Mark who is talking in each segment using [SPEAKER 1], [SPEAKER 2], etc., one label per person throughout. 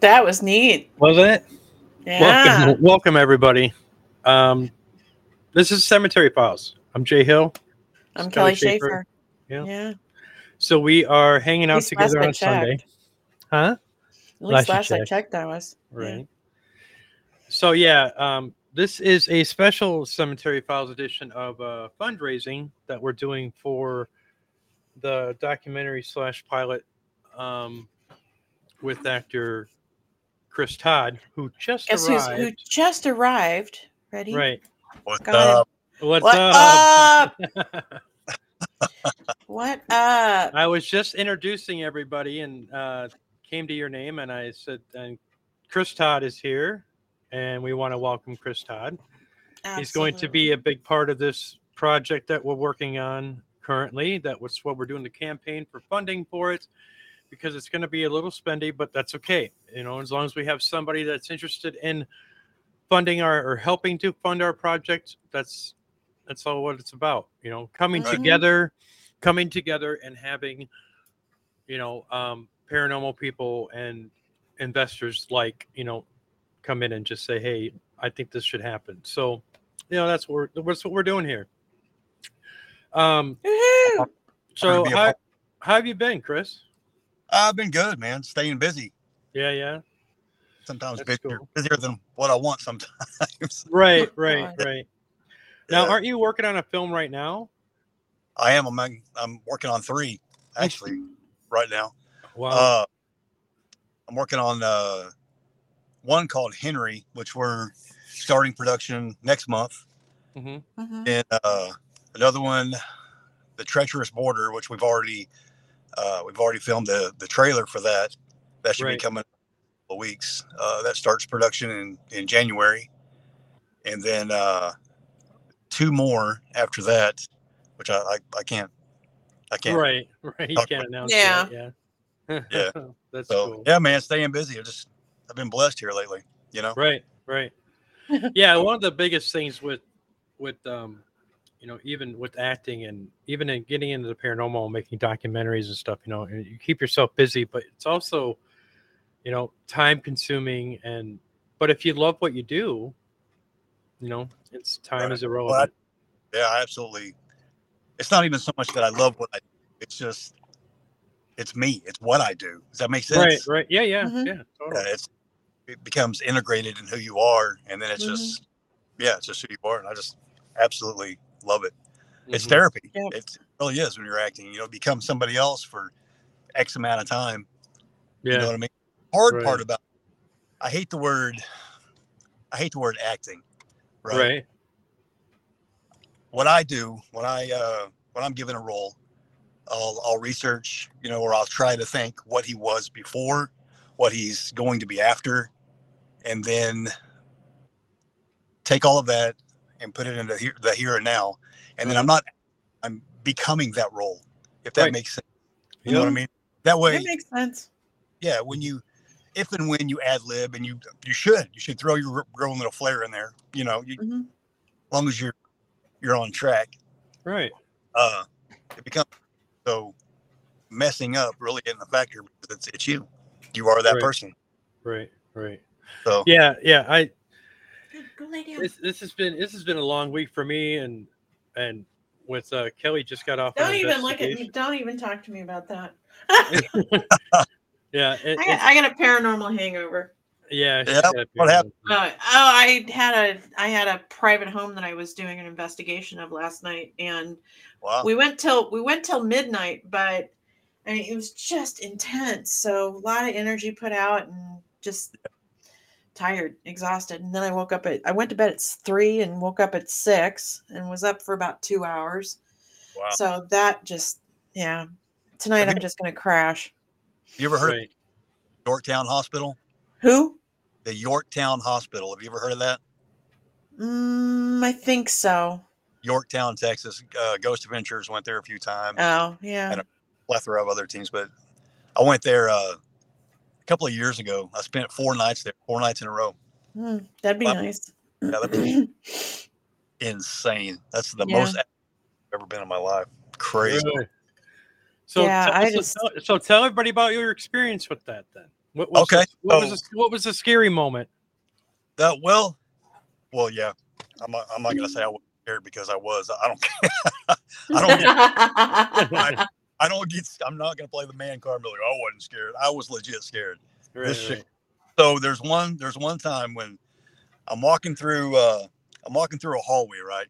[SPEAKER 1] That was neat.
[SPEAKER 2] wasn't it?
[SPEAKER 1] Yeah.
[SPEAKER 2] Welcome, welcome everybody. Um, this is Cemetery Files. I'm Jay Hill.
[SPEAKER 1] I'm
[SPEAKER 2] Kelly
[SPEAKER 1] Kelly
[SPEAKER 2] Schaefer.
[SPEAKER 1] Schaefer.
[SPEAKER 2] Yeah.
[SPEAKER 1] yeah.
[SPEAKER 2] So we are hanging
[SPEAKER 1] At
[SPEAKER 2] out
[SPEAKER 1] least last
[SPEAKER 2] together
[SPEAKER 1] I
[SPEAKER 2] on Sunday,
[SPEAKER 1] checked.
[SPEAKER 2] huh?
[SPEAKER 1] At least
[SPEAKER 2] I
[SPEAKER 1] last I
[SPEAKER 2] checked.
[SPEAKER 1] checked, I was. Yeah.
[SPEAKER 2] Right. So yeah, um, this is a special Cemetery Files edition of uh, fundraising that we're doing for the documentary slash pilot um, with actor Chris Todd, who just
[SPEAKER 1] Guess who's, who
[SPEAKER 2] arrived.
[SPEAKER 1] just arrived? Ready?
[SPEAKER 2] Right.
[SPEAKER 3] What's
[SPEAKER 1] Go ahead.
[SPEAKER 3] up?
[SPEAKER 2] What's
[SPEAKER 1] What up?
[SPEAKER 2] up?
[SPEAKER 1] What up?
[SPEAKER 2] I was just introducing everybody and uh, came to your name, and I said, and Chris Todd is here, and we want to welcome Chris Todd. He's going to be a big part of this project that we're working on currently. That was what we're doing the campaign for funding for it, because it's going to be a little spendy, but that's okay. You know, as long as we have somebody that's interested in funding our or helping to fund our project, that's that's all what it's about. You know, coming
[SPEAKER 3] Right.
[SPEAKER 2] together, coming together, and having you know um, paranormal people and investors like you know come in and just say, hey, I think this should happen. So, you know, that's what we're, that's what we're doing here. Um,
[SPEAKER 1] Woohoo!
[SPEAKER 2] so
[SPEAKER 3] be
[SPEAKER 2] how,
[SPEAKER 3] a part-
[SPEAKER 2] how have you been, Chris?
[SPEAKER 3] I've been good, man. Staying busy.
[SPEAKER 2] Yeah, yeah.
[SPEAKER 3] Sometimes
[SPEAKER 2] That's
[SPEAKER 3] busier,
[SPEAKER 2] cool.
[SPEAKER 3] busier than what I want sometimes.
[SPEAKER 2] Right, right,
[SPEAKER 1] God.
[SPEAKER 2] right. Now,
[SPEAKER 3] Yeah.
[SPEAKER 2] aren't you working on a film right now?
[SPEAKER 3] I am. I'm, I'm working on three actually right now.
[SPEAKER 2] Wow.
[SPEAKER 3] Uh, I'm working on uh, one called Henry, which we're starting production next month,
[SPEAKER 2] Mhm.
[SPEAKER 1] Mhm.
[SPEAKER 3] and uh, another one, The Treacherous Border, which we've already uh, we've already filmed the the trailer for that. That should
[SPEAKER 2] Right.
[SPEAKER 3] be coming in a couple weeks. Uh, that starts production in in January, and then uh, two more after that, which I I, I can't I can't.
[SPEAKER 2] Right, right. You
[SPEAKER 3] Talk
[SPEAKER 2] can't announce.
[SPEAKER 1] Yeah.
[SPEAKER 2] that, Yeah.
[SPEAKER 3] Yeah.
[SPEAKER 2] that's
[SPEAKER 3] So
[SPEAKER 2] cool.
[SPEAKER 3] yeah, man, staying busy. I just I've been blessed here lately. You know.
[SPEAKER 2] right right yeah one of the biggest things with with um you know even with acting and even in getting into the paranormal and making documentaries and stuff you know you keep yourself busy but it's also you know time consuming and but if you love what you do you know it's time
[SPEAKER 3] Right.
[SPEAKER 2] is irrelevant
[SPEAKER 3] Yeah, I absolutely. It's not even so much that I love what I do. It's just, it's me. It's what I do. Does that make sense?
[SPEAKER 2] right right yeah yeah
[SPEAKER 1] Mhm.
[SPEAKER 2] yeah
[SPEAKER 3] Yeah,
[SPEAKER 2] totally.
[SPEAKER 3] it's it becomes integrated in who you are, and then it's
[SPEAKER 2] Mm-hmm.
[SPEAKER 1] Mhm.
[SPEAKER 3] just, yeah, it's just who you are, and I just absolutely love it. It's
[SPEAKER 2] Mhm.
[SPEAKER 3] therapy.
[SPEAKER 1] Yeah.
[SPEAKER 3] It's, it really is when you're acting. You know, become somebody else for X amount of time. You know
[SPEAKER 2] yeah
[SPEAKER 3] what I mean? Hard
[SPEAKER 2] Right.
[SPEAKER 3] part about, I hate the word, I hate the word acting.
[SPEAKER 2] right right
[SPEAKER 3] what I do when I uh, when I'm given a role, I'll, I'll research, you know, or I'll try to think what he was before, what he's going to be after, and then take all of that and put it into here, the here and now. And then I'm not, I'm becoming that role, if that
[SPEAKER 2] Right.
[SPEAKER 3] makes sense. You know what I
[SPEAKER 2] Yep.
[SPEAKER 3] mean? That way,
[SPEAKER 1] That makes sense.
[SPEAKER 3] yeah, when you, if and when you ad lib, and you you should, you should throw your, your own little flair in there. You know, you,
[SPEAKER 1] hmm
[SPEAKER 3] as long as you're you're on track,
[SPEAKER 2] right
[SPEAKER 3] uh, it becomes so messing up really isn't a factor because it's, it's you. You are that
[SPEAKER 2] Right.
[SPEAKER 3] person.
[SPEAKER 2] right right
[SPEAKER 3] So
[SPEAKER 2] yeah yeah i
[SPEAKER 1] Go lay down.
[SPEAKER 2] this, this has been this has been a long week for me and and with uh kelly just got off an
[SPEAKER 1] Don't even look at me.
[SPEAKER 2] investigation.
[SPEAKER 1] Don't even talk to me about that.
[SPEAKER 2] yeah it,
[SPEAKER 1] I got,
[SPEAKER 2] it's-
[SPEAKER 1] I got a paranormal hangover.
[SPEAKER 2] yeah she's
[SPEAKER 3] Yeah,
[SPEAKER 2] got a
[SPEAKER 3] what happened?
[SPEAKER 2] few-
[SPEAKER 1] Uh, oh, I had a I had a private home that I was doing an investigation of last night, and
[SPEAKER 3] wow,
[SPEAKER 1] we went till we went till midnight. But I mean, it was just intense. So a lot of energy put out, and just tired, exhausted. And then I woke up at I went to bed at three and woke up at six and was up for about two hours.
[SPEAKER 3] wow.
[SPEAKER 1] So that just yeah. Tonight
[SPEAKER 3] Have
[SPEAKER 1] I'm just gonna crash.
[SPEAKER 3] You ever heard
[SPEAKER 2] right.
[SPEAKER 3] of Yorktown Hospital?
[SPEAKER 1] Who?
[SPEAKER 3] The Yorktown Hospital. Have you ever heard of that?
[SPEAKER 1] Mm, I think so.
[SPEAKER 3] Yorktown, Texas. Uh, Ghost Adventures went there a few times.
[SPEAKER 2] Uh.
[SPEAKER 1] Oh yeah.
[SPEAKER 3] plethora of other teams, but I went there uh, a couple of years ago. I spent four nights there, four nights in a row.
[SPEAKER 1] Mm, that'd be
[SPEAKER 3] Wow.
[SPEAKER 1] nice.
[SPEAKER 3] Yeah, that'd Insane. That's the
[SPEAKER 1] Yeah.
[SPEAKER 3] most I've ever been in my life. Crazy.
[SPEAKER 2] Really. so
[SPEAKER 1] Yeah,
[SPEAKER 2] tell,
[SPEAKER 1] I
[SPEAKER 2] so
[SPEAKER 1] just-
[SPEAKER 2] tell- so tell everybody about your experience with that then What was
[SPEAKER 3] Okay,
[SPEAKER 2] The, what, was
[SPEAKER 3] so-
[SPEAKER 2] the, what was the scary moment?
[SPEAKER 3] That Uh, well, well, yeah. I'm not, I'm not gonna say I was scared because I was. I don't. I don't. Get,
[SPEAKER 1] don't.
[SPEAKER 3] I don't get. I'm not gonna play the man card. And be like, "Oh, I wasn't scared. I was legit scared. This shit- So there's one. There's one time when I'm walking through. uh I'm walking through a hallway, right?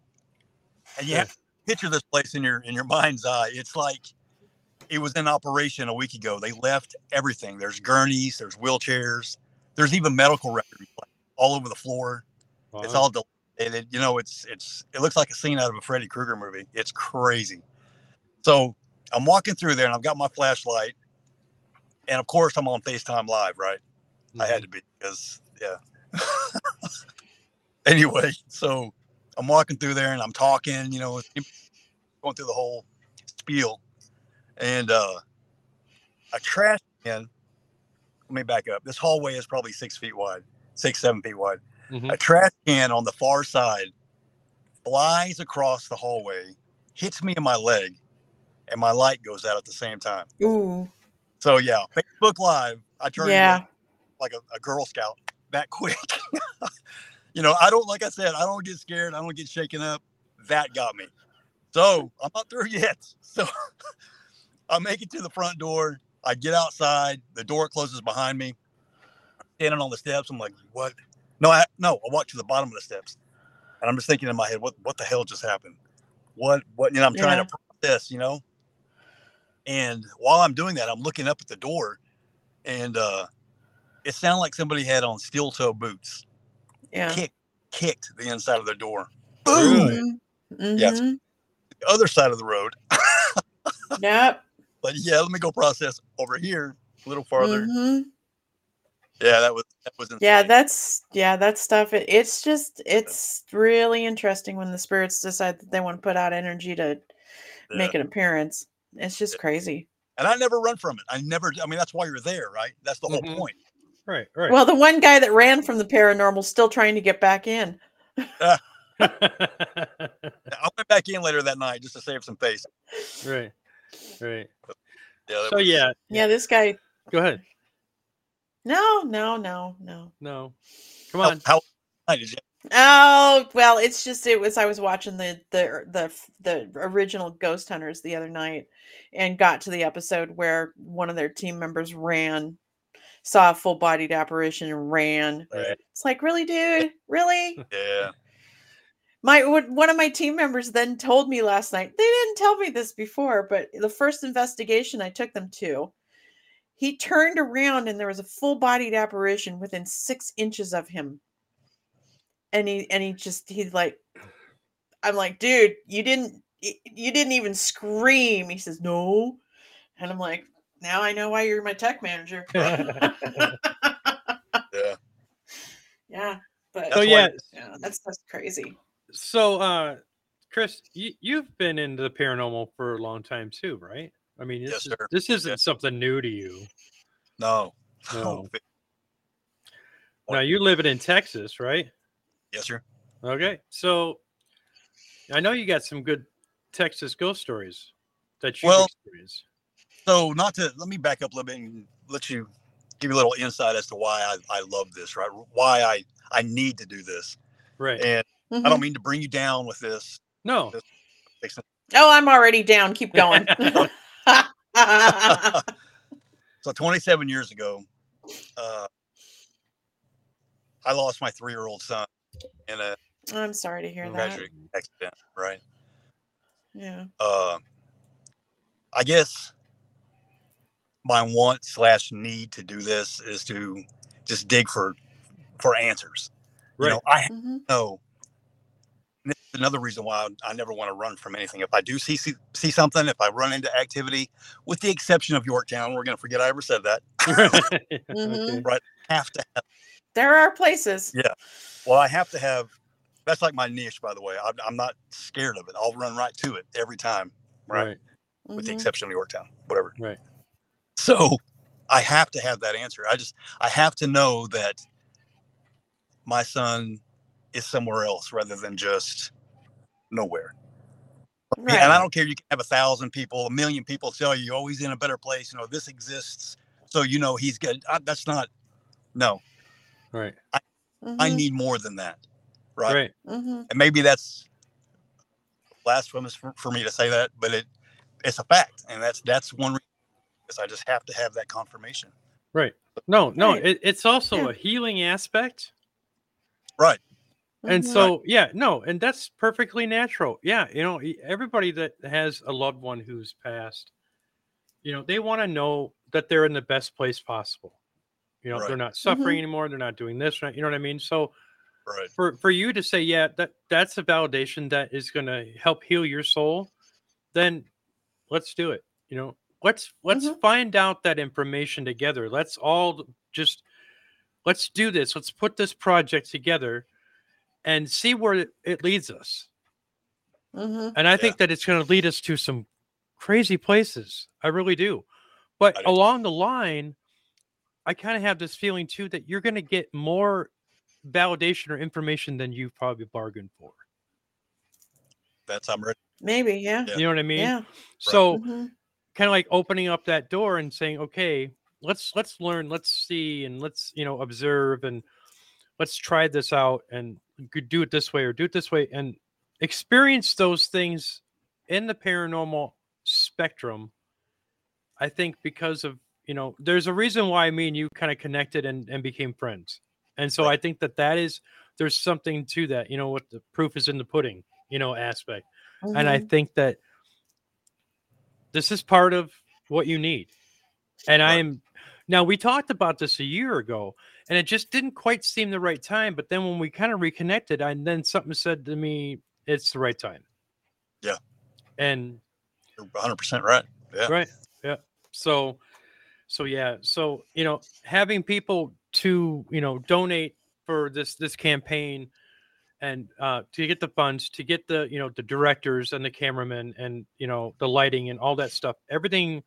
[SPEAKER 3] And you
[SPEAKER 2] Yeah.
[SPEAKER 3] have to picture this place in your in your mind's eye. It's like it was in operation a week ago. They left everything. There's gurneys. There's wheelchairs. There's even medical records like, all over the floor. It's
[SPEAKER 2] Wow.
[SPEAKER 3] all dilapidated. You know, it's it's it looks like a scene out of a Freddy Krueger movie. It's crazy. So I'm walking through there and I've got my flashlight, and of course I'm on FaceTime Live, right? I
[SPEAKER 2] Mm-hmm.
[SPEAKER 3] had to be because yeah. anyway, so I'm walking through there and I'm talking, you know, going through the whole spiel, and uh, a trash can. Let me back up. This hallway is probably six feet wide, six seven feet wide
[SPEAKER 2] Mhm.
[SPEAKER 3] a trash can on the far side flies across the hallway, hits me in my leg, and my light goes out at the same time.
[SPEAKER 1] Ooh.
[SPEAKER 3] So yeah, Facebook Live, I turned
[SPEAKER 1] Yeah.
[SPEAKER 3] yeah. like a, a Girl Scout that quick. you know, I don't like I said, I don't get scared, I don't get shaken up. That got me. So I'm not through yet. So I make it to the front door. I get outside. The door closes behind me. Standing on the steps, I'm like, what? No, I no, I walk to the bottom of the steps. And I'm just thinking in my head, what what the hell just happened? What what you know, I'm trying to process, you know? And while I'm doing that, I'm looking up at the door and uh it sounded like somebody had on steel toe boots,
[SPEAKER 1] Yeah.
[SPEAKER 3] kicked the inside of the door.
[SPEAKER 2] Boom.
[SPEAKER 1] Mhm.
[SPEAKER 3] Yes. The other side of the road.
[SPEAKER 1] Yep.
[SPEAKER 3] But yeah, let me go process over here a little farther.
[SPEAKER 1] Mhm.
[SPEAKER 3] Yeah, that was that was insane.
[SPEAKER 1] Yeah, that's yeah, that stuff. It, it's just it's really interesting when the spirits decide that they want to put out energy to
[SPEAKER 3] Yeah.
[SPEAKER 1] make an appearance. It's just crazy.
[SPEAKER 3] and I never run from it. I never I mean that's why you're there, right? That's the whole
[SPEAKER 2] Mhm.
[SPEAKER 3] point.
[SPEAKER 2] Right, right.
[SPEAKER 1] Well, the one guy that ran from the paranormal trying trying to get back in.
[SPEAKER 3] I went back in later that night just to save some face.
[SPEAKER 2] right, right.
[SPEAKER 3] Yeah, that
[SPEAKER 2] So
[SPEAKER 3] was-
[SPEAKER 2] yeah,
[SPEAKER 1] Yeah, this guy.
[SPEAKER 2] go ahead.
[SPEAKER 1] No, no, no, no.
[SPEAKER 2] No, come
[SPEAKER 3] How,
[SPEAKER 2] on.
[SPEAKER 3] how how did you-
[SPEAKER 1] Oh well, it's just it was. I was watching the the the f- the original Ghost Hunters the other night, and got to the episode where one of their team members ran, saw a full bodied apparition and ran.
[SPEAKER 3] Right.
[SPEAKER 1] It's like really, dude, really.
[SPEAKER 3] Yeah.
[SPEAKER 1] My one one of my team members then told me last night. They didn't tell me this before, but the first investigation I took them to, he turned around and there was a full bodied apparition within six inches of him. And he and he just he's like, I'm like, dude, you didn't y- you didn't even scream. He says no, and I'm like, now I know why you're my tech manager.
[SPEAKER 3] Yeah.
[SPEAKER 1] yeah, but
[SPEAKER 2] so
[SPEAKER 3] why-
[SPEAKER 2] yeah,
[SPEAKER 1] yeah, that's that's crazy.
[SPEAKER 2] so uh, Chris, you, you've been into the paranormal for a long time too, right? I mean, this,
[SPEAKER 3] Yes,
[SPEAKER 2] is,
[SPEAKER 3] sir.
[SPEAKER 2] this isn't
[SPEAKER 3] Yes.
[SPEAKER 2] something new to you.
[SPEAKER 3] No.
[SPEAKER 2] No.
[SPEAKER 3] Oh,
[SPEAKER 2] Now you're living in Texas, right?
[SPEAKER 3] Yes, sir.
[SPEAKER 2] Okay, so I know you got some good Texas ghost stories that you
[SPEAKER 3] Well-
[SPEAKER 2] experienced.
[SPEAKER 3] So not to let me back up a little bit and let you give you a little insight as to why I, I love this, right? Why I I need to do this.
[SPEAKER 2] Right?
[SPEAKER 3] And I
[SPEAKER 1] Mhm.
[SPEAKER 3] don't mean to bring you down with this.
[SPEAKER 2] no,
[SPEAKER 1] Oh, I'm already down. Keep going.
[SPEAKER 3] So 27 years ago, uh, I lost my three-year-old son in a
[SPEAKER 1] I'm sorry to hear that.
[SPEAKER 3] tragic accident, right?
[SPEAKER 1] Yeah.
[SPEAKER 3] uh, I guess my want slash need to do this is to just dig for for answers.
[SPEAKER 2] right,
[SPEAKER 3] You know, I
[SPEAKER 1] hmm
[SPEAKER 3] know. and this is Another reason why I never want to run from anything. If I do see, see see something, if I run into activity, with the exception of Yorktown, we're gonna forget I ever said that.
[SPEAKER 2] okay.
[SPEAKER 1] Mhm.
[SPEAKER 3] Have to have,
[SPEAKER 1] There are places.
[SPEAKER 3] Yeah. well, I have to have. That's like my niche, by the way. I'm, I'm not scared of it. I'll run right to it every time. Right.
[SPEAKER 2] right,
[SPEAKER 3] with the
[SPEAKER 1] Mhm.
[SPEAKER 3] exception of Yorktown, whatever.
[SPEAKER 2] Right.
[SPEAKER 3] So I have to have that answer. I just I have to know that my son is somewhere else rather than just nowhere.
[SPEAKER 1] Right.
[SPEAKER 3] And I don't care. You can have a thousand people, a million people tell you, oh, he's in a better place. You know, this exists So you know he's good. I, that's not. No,
[SPEAKER 2] Right.
[SPEAKER 1] Mm-hmm.
[SPEAKER 3] I need more than that, right?
[SPEAKER 2] Right.
[SPEAKER 1] hmm
[SPEAKER 3] And maybe that's blasphemous for, for me to say that, but it it's a fact, and that's that's one reason. Is I just have to have that confirmation,
[SPEAKER 2] No, no,
[SPEAKER 1] Right.
[SPEAKER 2] it, it's also
[SPEAKER 1] Yeah.
[SPEAKER 2] a healing aspect.
[SPEAKER 3] right?
[SPEAKER 1] Mm-hmm.
[SPEAKER 2] And so, yeah, no, and that's perfectly natural. Yeah, you know, e- everybody that has a loved one who's passed, you know, they want to know that they're in the best place possible. You know,
[SPEAKER 3] Right. Mm-hmm.
[SPEAKER 2] they're not suffering anymore. They're not doing this. Right? You know what I mean? So
[SPEAKER 3] Right.
[SPEAKER 2] for for you to say, yeah, that that's a validation that is going to help heal your soul. Then let's do it. You know, let's let's
[SPEAKER 1] Mhm.
[SPEAKER 2] find out that information together. Let's all just let's do this. Let's put this project together and see where it- it leads us.
[SPEAKER 1] hmm
[SPEAKER 2] And I
[SPEAKER 3] Yeah.
[SPEAKER 2] think that it's going to lead us to some crazy places. I really do. But
[SPEAKER 3] I do too.
[SPEAKER 2] along the line, I kind of have this feeling too that you're going to get more validation or information than you probably bargained for.
[SPEAKER 3] That's I'm ready.
[SPEAKER 1] maybe yeah
[SPEAKER 3] Yeah.
[SPEAKER 2] You know what I mean?
[SPEAKER 1] yeah
[SPEAKER 2] So
[SPEAKER 1] Mhm.
[SPEAKER 2] kind of like opening up that door and saying, "Okay, let's let's learn, let's see, and let's you know observe and let's try this out and g- do it this way or do it this way and experience those things in the paranormal spectrum." I think because of you know, there's a reason why me and you kind of connected and and became friends, and so I think that that is there's something to that. You know, what the proof is in the pudding, you know, aspect and I
[SPEAKER 1] Mhm.
[SPEAKER 2] think that this is part of what you need. And I
[SPEAKER 3] Right.
[SPEAKER 2] am now we talked about this a year ago, and it just didn't quite seem the right time. But then when we kind of reconnected, I then something said to me, "It's the right time."
[SPEAKER 3] Yeah.
[SPEAKER 2] And
[SPEAKER 3] You're 100 percent right. Yeah.
[SPEAKER 2] right, yeah. So, so yeah, so you know, having people to you know donate for this this campaign and uh, to get the funds to get the you know the directors and the cameramen and you know the lighting and all that stuff everything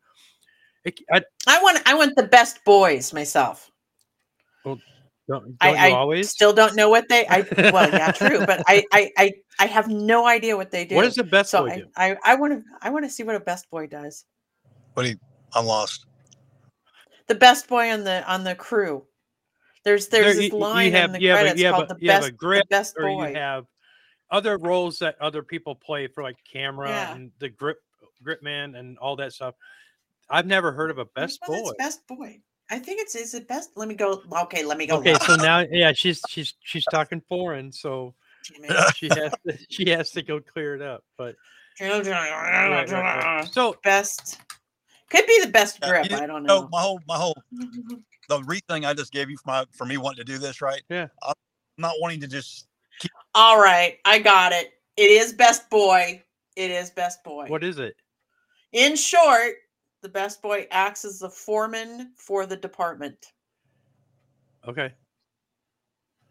[SPEAKER 2] it, I,
[SPEAKER 1] Mm-hmm. i want i want the best boys myself
[SPEAKER 2] don't, don't you
[SPEAKER 1] i, I
[SPEAKER 2] always
[SPEAKER 1] still don't know what they i well yeah true but I, I i i have no idea what they do
[SPEAKER 2] what is the best
[SPEAKER 1] so
[SPEAKER 2] way
[SPEAKER 1] I,
[SPEAKER 2] to do?
[SPEAKER 1] I i want to i want to see what a best boy does
[SPEAKER 3] I'm lost.
[SPEAKER 1] the best boy on the on the crew there's there's
[SPEAKER 2] There-
[SPEAKER 1] this
[SPEAKER 2] you- you
[SPEAKER 1] line
[SPEAKER 2] have-
[SPEAKER 1] in the
[SPEAKER 2] you have a-
[SPEAKER 1] credits
[SPEAKER 2] you have
[SPEAKER 1] called
[SPEAKER 2] a-
[SPEAKER 1] the
[SPEAKER 2] you have a
[SPEAKER 1] best the
[SPEAKER 2] grip
[SPEAKER 1] best
[SPEAKER 2] or
[SPEAKER 1] boy
[SPEAKER 2] you have other roles that other people play for like camera
[SPEAKER 1] Yeah.
[SPEAKER 2] and the grip grip man and all that stuff i've never heard of a
[SPEAKER 1] There's
[SPEAKER 2] best
[SPEAKER 1] one
[SPEAKER 2] boy
[SPEAKER 1] that's best boy i think it's is it best let me go okay let me go
[SPEAKER 2] okay
[SPEAKER 1] look,
[SPEAKER 2] so now yeah she's she's she's talking foreign so
[SPEAKER 1] damn it.
[SPEAKER 2] she has to, she has to go clear it up but
[SPEAKER 1] Children,
[SPEAKER 2] right, right,
[SPEAKER 1] Uh-huh.
[SPEAKER 2] right. so
[SPEAKER 1] best could be the best
[SPEAKER 3] Yeah,
[SPEAKER 1] grip
[SPEAKER 3] you
[SPEAKER 1] i don't
[SPEAKER 3] No,
[SPEAKER 1] know
[SPEAKER 3] my whole my whole the reason I just gave you for my for me wanting to do this, right?
[SPEAKER 2] Yeah.
[SPEAKER 3] I'm not wanting to just
[SPEAKER 1] all right i got it it is best boy it is best boy
[SPEAKER 2] what is it
[SPEAKER 1] in short the best boy acts as the foreman for the department
[SPEAKER 2] okay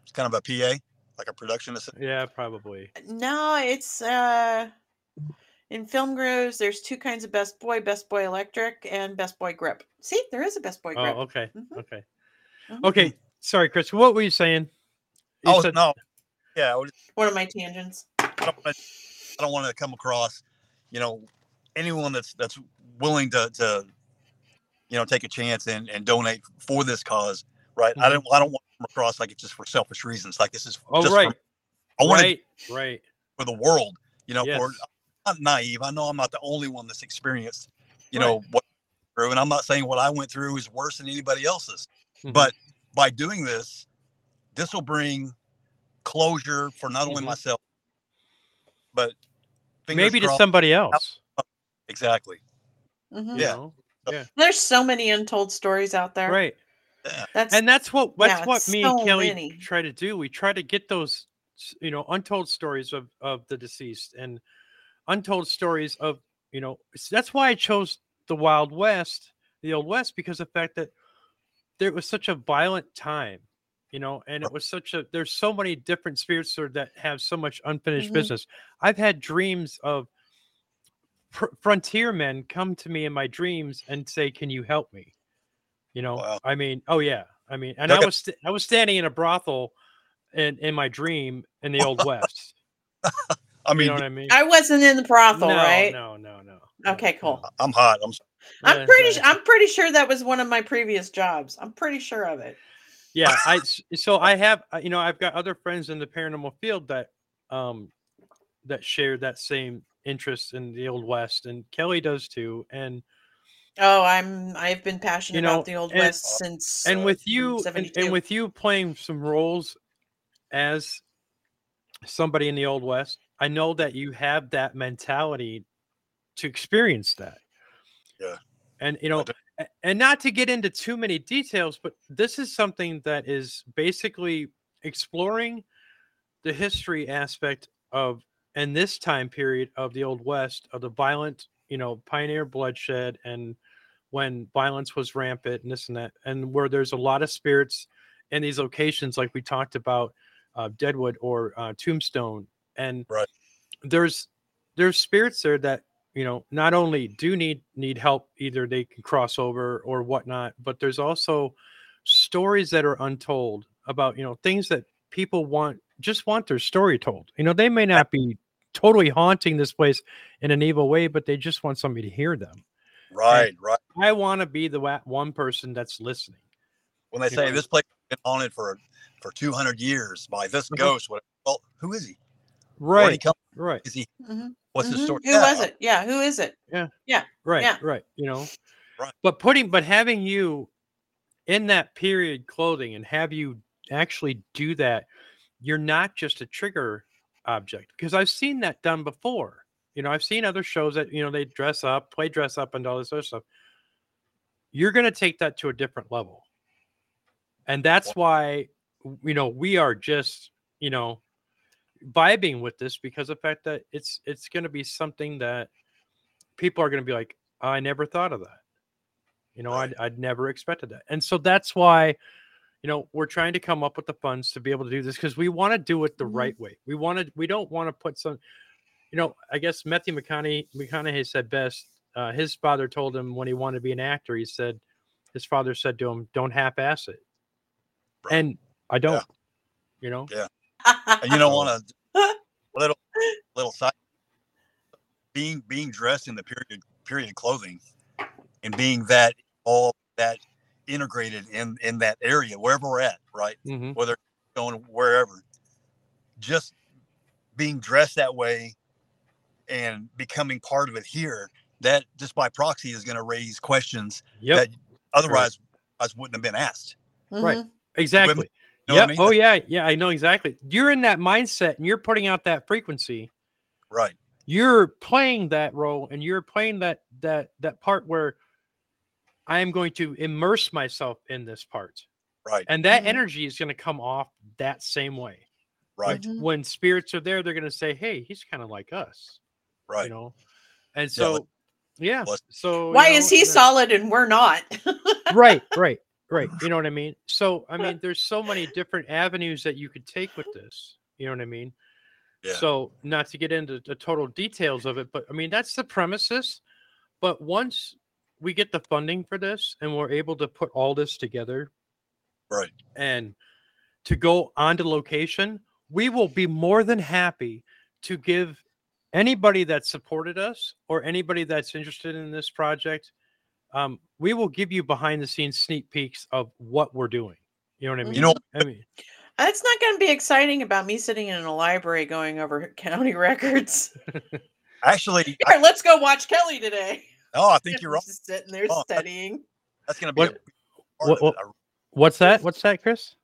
[SPEAKER 3] it's kind of a PA, like a production assistant.
[SPEAKER 2] Yeah, probably.
[SPEAKER 1] No, it's uh in film grooves there's two kinds of best boy, best boy electric and best boy grip. See, there is a best boy
[SPEAKER 2] Oh,
[SPEAKER 1] grip.
[SPEAKER 2] okay,
[SPEAKER 1] Mhm.
[SPEAKER 2] okay,
[SPEAKER 1] Mhm.
[SPEAKER 2] okay. Sorry, Chris. What were you saying? You
[SPEAKER 3] Oh
[SPEAKER 2] said-
[SPEAKER 3] no, yeah, I, was-
[SPEAKER 1] One of my tangents.
[SPEAKER 3] I don't wanna, I don't want to come across, you know, anyone that's that's willing to to, you know, take a chance and and donate for this cause, right? I
[SPEAKER 2] Mhm.
[SPEAKER 3] don't I don't want to come across like it's just for selfish reasons, like this is
[SPEAKER 2] Oh,
[SPEAKER 3] just for-
[SPEAKER 2] right,
[SPEAKER 3] I want it
[SPEAKER 2] right, right.
[SPEAKER 3] for the world, you know. For,
[SPEAKER 2] Yes.
[SPEAKER 3] I'm not naive. I know I'm not the only one that's experienced, you
[SPEAKER 2] Right.
[SPEAKER 3] know, what I went through, and I'm not saying what I went through is worse than anybody else's.
[SPEAKER 2] Mhm.
[SPEAKER 3] but by doing this, this will bring closure for not only
[SPEAKER 2] Mhm.
[SPEAKER 3] myself, but fingers
[SPEAKER 2] Mm-hmm. maybe to
[SPEAKER 3] crossed-
[SPEAKER 2] somebody else.
[SPEAKER 3] exactly
[SPEAKER 1] Mhm.
[SPEAKER 2] you
[SPEAKER 3] Yeah.
[SPEAKER 2] know?
[SPEAKER 1] There's so many untold stories out there.
[SPEAKER 2] Right.
[SPEAKER 1] That's
[SPEAKER 2] And that's what that's
[SPEAKER 1] Yeah,
[SPEAKER 2] what me and
[SPEAKER 1] so
[SPEAKER 2] Kelly
[SPEAKER 1] many.
[SPEAKER 2] try to do. We try to get those, s- you know, untold stories of of the deceased and untold stories of you know. s- That's why I chose the Wild West, the Old West, because the fact that there was such a violent time, you know, and it was such a. There's so many different spirits there that have so much unfinished
[SPEAKER 1] Mhm.
[SPEAKER 2] business. I've had dreams of pr- frontier men come to me in my dreams and say, "Can you help me?" You know,
[SPEAKER 3] Wow.
[SPEAKER 2] I mean, oh yeah, I mean, and
[SPEAKER 3] They're
[SPEAKER 2] I
[SPEAKER 3] gonna-
[SPEAKER 2] was st- I was standing in a brothel in in my dream in the old west.
[SPEAKER 3] i
[SPEAKER 2] You
[SPEAKER 3] mean
[SPEAKER 2] know what I mean?
[SPEAKER 1] I wasn't in the brothel,
[SPEAKER 2] no,
[SPEAKER 1] right?
[SPEAKER 2] no, uh, no, no, no,
[SPEAKER 1] Okay, cool.
[SPEAKER 2] no.
[SPEAKER 3] i'm hot i'm
[SPEAKER 1] I'm pretty. su- I'm pretty sure that was one of my previous jobs. I'm pretty sure of it.
[SPEAKER 2] yeah i so i have uh, you know i've got other friends in the paranormal field that um that share that same interest in the old west and kelly does too and
[SPEAKER 1] Oh, I'm. I've been passionate
[SPEAKER 2] You know,
[SPEAKER 1] about the Old
[SPEAKER 2] and-
[SPEAKER 1] West since.
[SPEAKER 2] and
[SPEAKER 1] uh,
[SPEAKER 2] with you and,
[SPEAKER 1] 72.
[SPEAKER 2] and with you playing some roles as somebody in the old west i know that you have that mentality to experience that
[SPEAKER 3] Yeah.
[SPEAKER 2] and you know
[SPEAKER 3] do.
[SPEAKER 2] a- and not to get into too many details but this is something that is basically exploring the history aspect of and this time period of the old west of the violent you know pioneer bloodshed and when violence was rampant and this and that and where there's a lot of spirits in these locations like we talked about uh, deadwood or uh, tombstone and
[SPEAKER 3] Right.
[SPEAKER 2] there's there's spirits there that you know not only do need need help either they can cross over or whatnot but there's also stories that are untold about you know things that people want just want their story told you know they may not be totally haunting this place in an evil way but they just want somebody to hear them
[SPEAKER 3] Right, right.
[SPEAKER 2] i want to be the wa- one person that's listening
[SPEAKER 3] When they
[SPEAKER 2] You
[SPEAKER 3] say
[SPEAKER 2] know.
[SPEAKER 3] this place has been haunted for for 200 years by this
[SPEAKER 2] Mhm.
[SPEAKER 3] ghost, what? Well, who is he? Where
[SPEAKER 2] right
[SPEAKER 3] did he
[SPEAKER 2] Mm-hmm.
[SPEAKER 3] come?
[SPEAKER 2] right
[SPEAKER 1] Mhm,
[SPEAKER 3] What's
[SPEAKER 1] mhm.
[SPEAKER 3] his story?
[SPEAKER 1] Who
[SPEAKER 3] Yeah,
[SPEAKER 1] was it? Yeah, who is it?
[SPEAKER 2] right
[SPEAKER 1] Yeah.
[SPEAKER 2] right you know
[SPEAKER 3] Right.
[SPEAKER 2] but putting but having you in that period clothing and have you actually do that you're not just a trigger object because i've seen that done before you know i've seen other shows that you know they dress up play dress up and all this other stuff you're going to take that to a different level and that's why w- you know we are just you know vibing with this because of the fact that it's it's going to be something that people are going to be like i never thought of that you know I'd, I'd never expected that and so that's why you know we're trying to come up with the funds to be able to do this because we want to do it the
[SPEAKER 3] Mm-hmm.
[SPEAKER 1] Mhm.
[SPEAKER 2] right way we want to we don't want to put some you know i guess matthew mcconaughey mcconaughey said best uh, his father told him when he wanted to be an actor he said his father said to him don't half-ass it
[SPEAKER 3] Right.
[SPEAKER 2] and i don't you know Uh,
[SPEAKER 3] And you don't want to little little side being being dressed in the period period clothing and being that all that integrated in in that area wherever we're at, right?
[SPEAKER 2] Mhm.
[SPEAKER 3] whether going wherever, just being dressed that way and becoming part of it here, that just by proxy is going to raise questions
[SPEAKER 2] yep
[SPEAKER 3] that otherwise otherwise wouldn't have been asked.
[SPEAKER 2] Right.
[SPEAKER 1] Mhm.
[SPEAKER 2] exactly
[SPEAKER 3] You know
[SPEAKER 2] yep.
[SPEAKER 3] what I
[SPEAKER 2] Oh
[SPEAKER 3] mean?
[SPEAKER 2] yeah. Yeah. I know exactly. You're in that mindset and you're putting out that frequency.
[SPEAKER 3] Right.
[SPEAKER 2] You're playing that role and you're playing that that that part where I am going to immerse myself in this part.
[SPEAKER 3] Right.
[SPEAKER 2] And that
[SPEAKER 1] Mhm.
[SPEAKER 2] energy is going to come off that same way.
[SPEAKER 3] Right.
[SPEAKER 1] Mhm.
[SPEAKER 2] When spirits are there, they're going to say, "Hey, he's kind of like us."
[SPEAKER 3] Right.
[SPEAKER 2] You know. And
[SPEAKER 3] Yeah, let-
[SPEAKER 2] so yeah.
[SPEAKER 3] let's-
[SPEAKER 2] so Oh, you
[SPEAKER 1] Why is
[SPEAKER 2] know,
[SPEAKER 1] he
[SPEAKER 2] that-
[SPEAKER 1] solid and we're not?
[SPEAKER 2] right, right, right. You know what I mean? So, I mean, there's so many different avenues that you could take with this. You know what I mean?
[SPEAKER 3] Yeah.
[SPEAKER 2] So, not to get into the total details of it, but I mean, that's the premises. But once we get the funding for this and we're able to put all this together
[SPEAKER 3] Right.
[SPEAKER 2] and to go onto location, we will be more than happy to give anybody that supported us or anybody that's interested in this project. Um, we will give you behind the scenes sneak peeks of what we're doing. You know what I mean?
[SPEAKER 3] Mm-hmm. You know,
[SPEAKER 2] I mean,
[SPEAKER 1] That's not going to be exciting about me sitting in a library going over county records.
[SPEAKER 3] actually, I,
[SPEAKER 1] Here, let's go watch Kelly today.
[SPEAKER 3] no, I think you're wrong.
[SPEAKER 1] Just sitting there
[SPEAKER 3] Oh, I-
[SPEAKER 1] studying.
[SPEAKER 3] That's going to be
[SPEAKER 2] What-
[SPEAKER 3] a part of
[SPEAKER 2] what-
[SPEAKER 3] it. I-
[SPEAKER 2] what's that? What's that, Chris?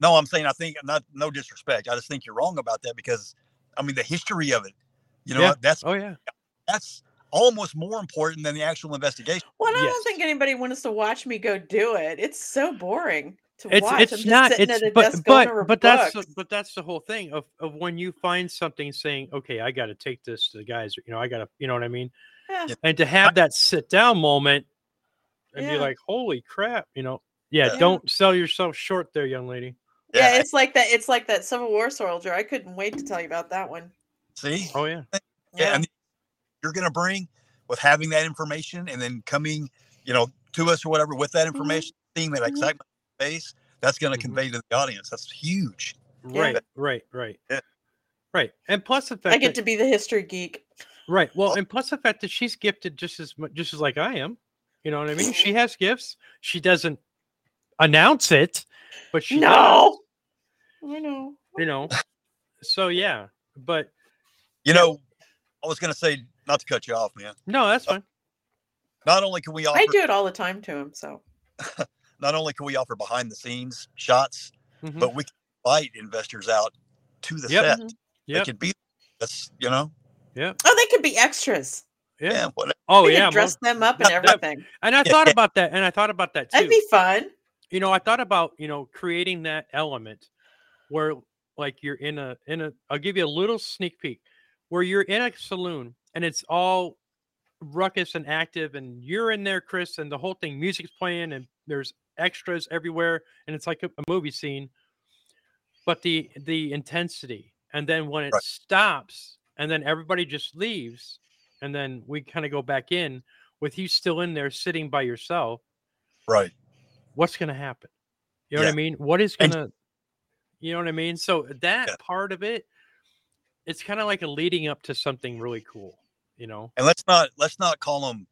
[SPEAKER 3] no, I'm saying I think not. No disrespect. I just think you're wrong about that because, I mean, the history of it. You know,
[SPEAKER 2] Yeah.
[SPEAKER 3] that's
[SPEAKER 2] Oh yeah.
[SPEAKER 3] that's almost more important than the actual investigation.
[SPEAKER 1] Well, I
[SPEAKER 2] Yes.
[SPEAKER 1] don't think anybody wants to watch me go do it. It's so boring to
[SPEAKER 2] It's
[SPEAKER 1] watch. I'm
[SPEAKER 2] it's
[SPEAKER 1] just
[SPEAKER 2] not
[SPEAKER 1] sitting
[SPEAKER 2] it's
[SPEAKER 1] at a
[SPEAKER 2] but
[SPEAKER 1] desk going over
[SPEAKER 2] but but that's the,
[SPEAKER 1] books.
[SPEAKER 2] but that's the whole thing of of when you find something saying, okay, I got to take this to the guys. You know, I got to. You know what I mean?
[SPEAKER 1] Yeah.
[SPEAKER 2] and to have that sit down moment and be
[SPEAKER 1] Yeah.
[SPEAKER 2] like, "Holy crap!" You know, yeah,
[SPEAKER 1] Yeah.
[SPEAKER 2] Don't sell yourself short, there, young lady.
[SPEAKER 1] yeah,
[SPEAKER 3] Yeah.
[SPEAKER 1] it's like that. It's like that Civil War soldier. I couldn't wait to tell you about that one.
[SPEAKER 3] See,
[SPEAKER 2] Oh yeah,
[SPEAKER 3] yeah, and you're going to bring with having that information and then coming, you know, to us or whatever with that
[SPEAKER 2] Mm-hmm.
[SPEAKER 3] information, seeing that
[SPEAKER 1] Mhm.
[SPEAKER 3] excitement in their face, that's going to
[SPEAKER 2] Mhm.
[SPEAKER 3] convey to the audience. That's huge.
[SPEAKER 1] Yeah.
[SPEAKER 2] right, right, right,
[SPEAKER 3] Yeah.
[SPEAKER 2] right. And plus the fact
[SPEAKER 1] I get Oh.
[SPEAKER 2] that,
[SPEAKER 1] to be the history geek.
[SPEAKER 2] right, well, and plus the fact that she's gifted just as much, just as like I am. You know what I mean? She has gifts. She doesn't announce it, but she
[SPEAKER 1] no. I know.
[SPEAKER 2] does, you know. So yeah, but
[SPEAKER 3] You know, I was going to say not to cut you off, man.
[SPEAKER 2] no, that's fine.
[SPEAKER 3] Not only can we offer,
[SPEAKER 1] I do it all the time to him. So
[SPEAKER 3] not only can we offer behind the scenes shots,
[SPEAKER 2] Mhm.
[SPEAKER 3] but we can invite investors out to the
[SPEAKER 2] Yep.
[SPEAKER 3] set.
[SPEAKER 1] Mhm.
[SPEAKER 3] They
[SPEAKER 2] Yep.
[SPEAKER 3] could be. That's you know.
[SPEAKER 1] oh, they could be extras.
[SPEAKER 2] Yeah.
[SPEAKER 3] Yeah. Whatever.
[SPEAKER 2] Oh
[SPEAKER 1] we could
[SPEAKER 2] yeah,
[SPEAKER 1] dress
[SPEAKER 2] most-
[SPEAKER 1] them up and
[SPEAKER 2] Yep.
[SPEAKER 1] everything.
[SPEAKER 2] and I
[SPEAKER 3] Yeah.
[SPEAKER 2] thought about that, and I thought about that too.
[SPEAKER 1] That'd be fun.
[SPEAKER 2] you know, I thought about you know creating that element where like you're in a in a. I'll give you a little sneak peek where you're in a saloon and it's all ruckus and active, and you're in there, Chris, and the whole thing, music's playing, and there's extras everywhere, and it's like a, a movie scene. But the the intensity, and then when it
[SPEAKER 3] Right.
[SPEAKER 2] stops, and then everybody just leaves, and then we kind of go back in with you still in there sitting by yourself
[SPEAKER 3] Right.
[SPEAKER 2] what's going to happen you know what i
[SPEAKER 3] Yeah.
[SPEAKER 2] mean what is going
[SPEAKER 3] And-
[SPEAKER 2] to you know what i mean so uh, that
[SPEAKER 3] Yeah.
[SPEAKER 2] part of it it's kind of like a leading up to something really cool you know
[SPEAKER 3] And let's not let's not call them.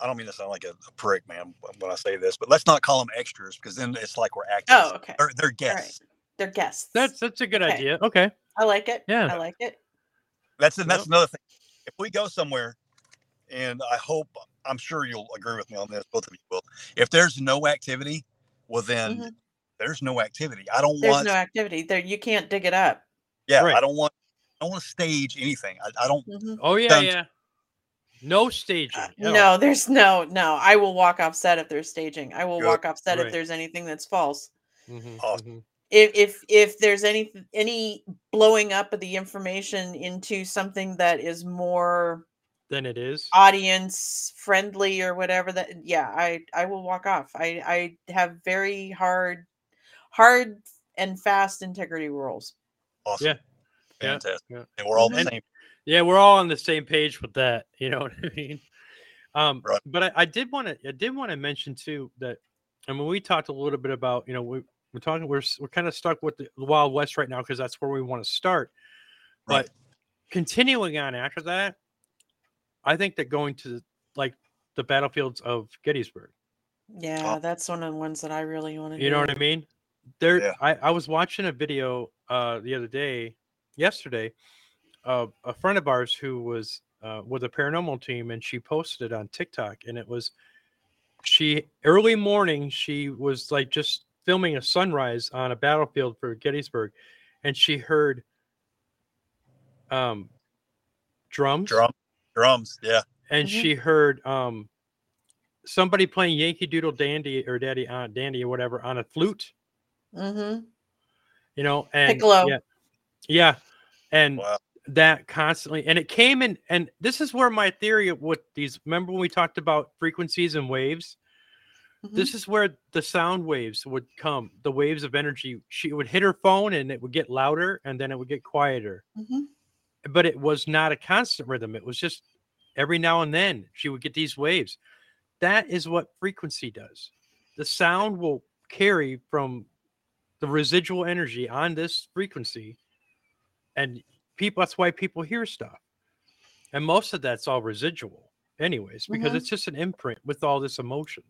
[SPEAKER 3] I don't mean to sound like a, a prick, man, when I say this, but let's not call them extras because then it's like we're actors.
[SPEAKER 1] Oh, okay.
[SPEAKER 3] They're, they're guests.
[SPEAKER 1] They're guests.
[SPEAKER 2] that's that's a good
[SPEAKER 1] Okay.
[SPEAKER 2] idea okay
[SPEAKER 1] I like it.
[SPEAKER 2] Yeah.
[SPEAKER 1] I like it.
[SPEAKER 3] That's and that's
[SPEAKER 2] Yep.
[SPEAKER 3] another thing. If we go somewhere, and I hope I'm sure you'll agree with me on this, both of you will. If there's no activity, well then
[SPEAKER 1] Mhm.
[SPEAKER 3] there's no activity. I don't
[SPEAKER 1] There's
[SPEAKER 3] want
[SPEAKER 1] no activity there. You can't dig it up.
[SPEAKER 3] yeah,
[SPEAKER 2] Right.
[SPEAKER 3] I don't want I don't want to stage anything. I, I don't
[SPEAKER 1] Mhm.
[SPEAKER 2] oh yeah
[SPEAKER 3] Done.
[SPEAKER 2] yeah no staging
[SPEAKER 1] Uh,
[SPEAKER 2] at all.
[SPEAKER 1] No, there's no, no. I will walk off set if there's staging. I will
[SPEAKER 3] Good.
[SPEAKER 1] walk off set if
[SPEAKER 2] Right.
[SPEAKER 1] there's anything that's false.
[SPEAKER 2] Mhm,
[SPEAKER 3] Awesome.
[SPEAKER 2] mhm.
[SPEAKER 1] If if if there's any any blowing up of the information into something that is more
[SPEAKER 2] then it is
[SPEAKER 1] audience friendly or whatever that yeah i i will walk off i i have very hard hard and fast integrity rules
[SPEAKER 3] awesome.
[SPEAKER 2] Yeah. Yeah.
[SPEAKER 3] Fantastic.
[SPEAKER 2] Yeah.
[SPEAKER 3] And we're all the
[SPEAKER 2] And-
[SPEAKER 3] same.
[SPEAKER 2] yeah we're all on the same page with that you know what i mean um
[SPEAKER 3] Right.
[SPEAKER 2] but i, I did want to i did want to mention too that i mean we talked a little bit about you know we, we're talking we're, s- we're kind of stuck with the wild west right now because that's where we want to start
[SPEAKER 3] Right.
[SPEAKER 2] but continuing on after that i think that going to like the battlefields of gettysburg
[SPEAKER 1] yeah that's one of the ones that i really want to
[SPEAKER 2] you e know what i mean there
[SPEAKER 3] Yeah.
[SPEAKER 2] I, I was watching a video uh the other day yesterday uh, a friend of ours who was uh, with a paranormal team and she posted it on tiktok and it was she early morning she was like just filming a sunrise on a battlefield for gettysburg and she heard um drums
[SPEAKER 3] Drum, Mm-hmm. drums. Yeah.
[SPEAKER 2] and
[SPEAKER 1] Mhm.
[SPEAKER 2] she heard um somebody playing yankee doodle dandy or daddy uh, dandy or whatever on a flute
[SPEAKER 1] mm-hmm.
[SPEAKER 2] you know and
[SPEAKER 1] Piccolo.
[SPEAKER 2] yeah yeah and
[SPEAKER 3] Wow.
[SPEAKER 2] that constantly and it came in and this is where my theory of what these remember when we talked about frequencies and waves this is where the sound waves would come the waves of energy she would hit her phone and it would get louder and then it would get quieter
[SPEAKER 1] mm-hmm,
[SPEAKER 2] but it was not a constant rhythm it was just every now and then she would get these waves that is what frequency does the sound will carry from the residual energy on this frequency and people that's why people hear stuff and most of that's all residual anyways because
[SPEAKER 1] Mhm.
[SPEAKER 2] it's just an imprint with all this emotion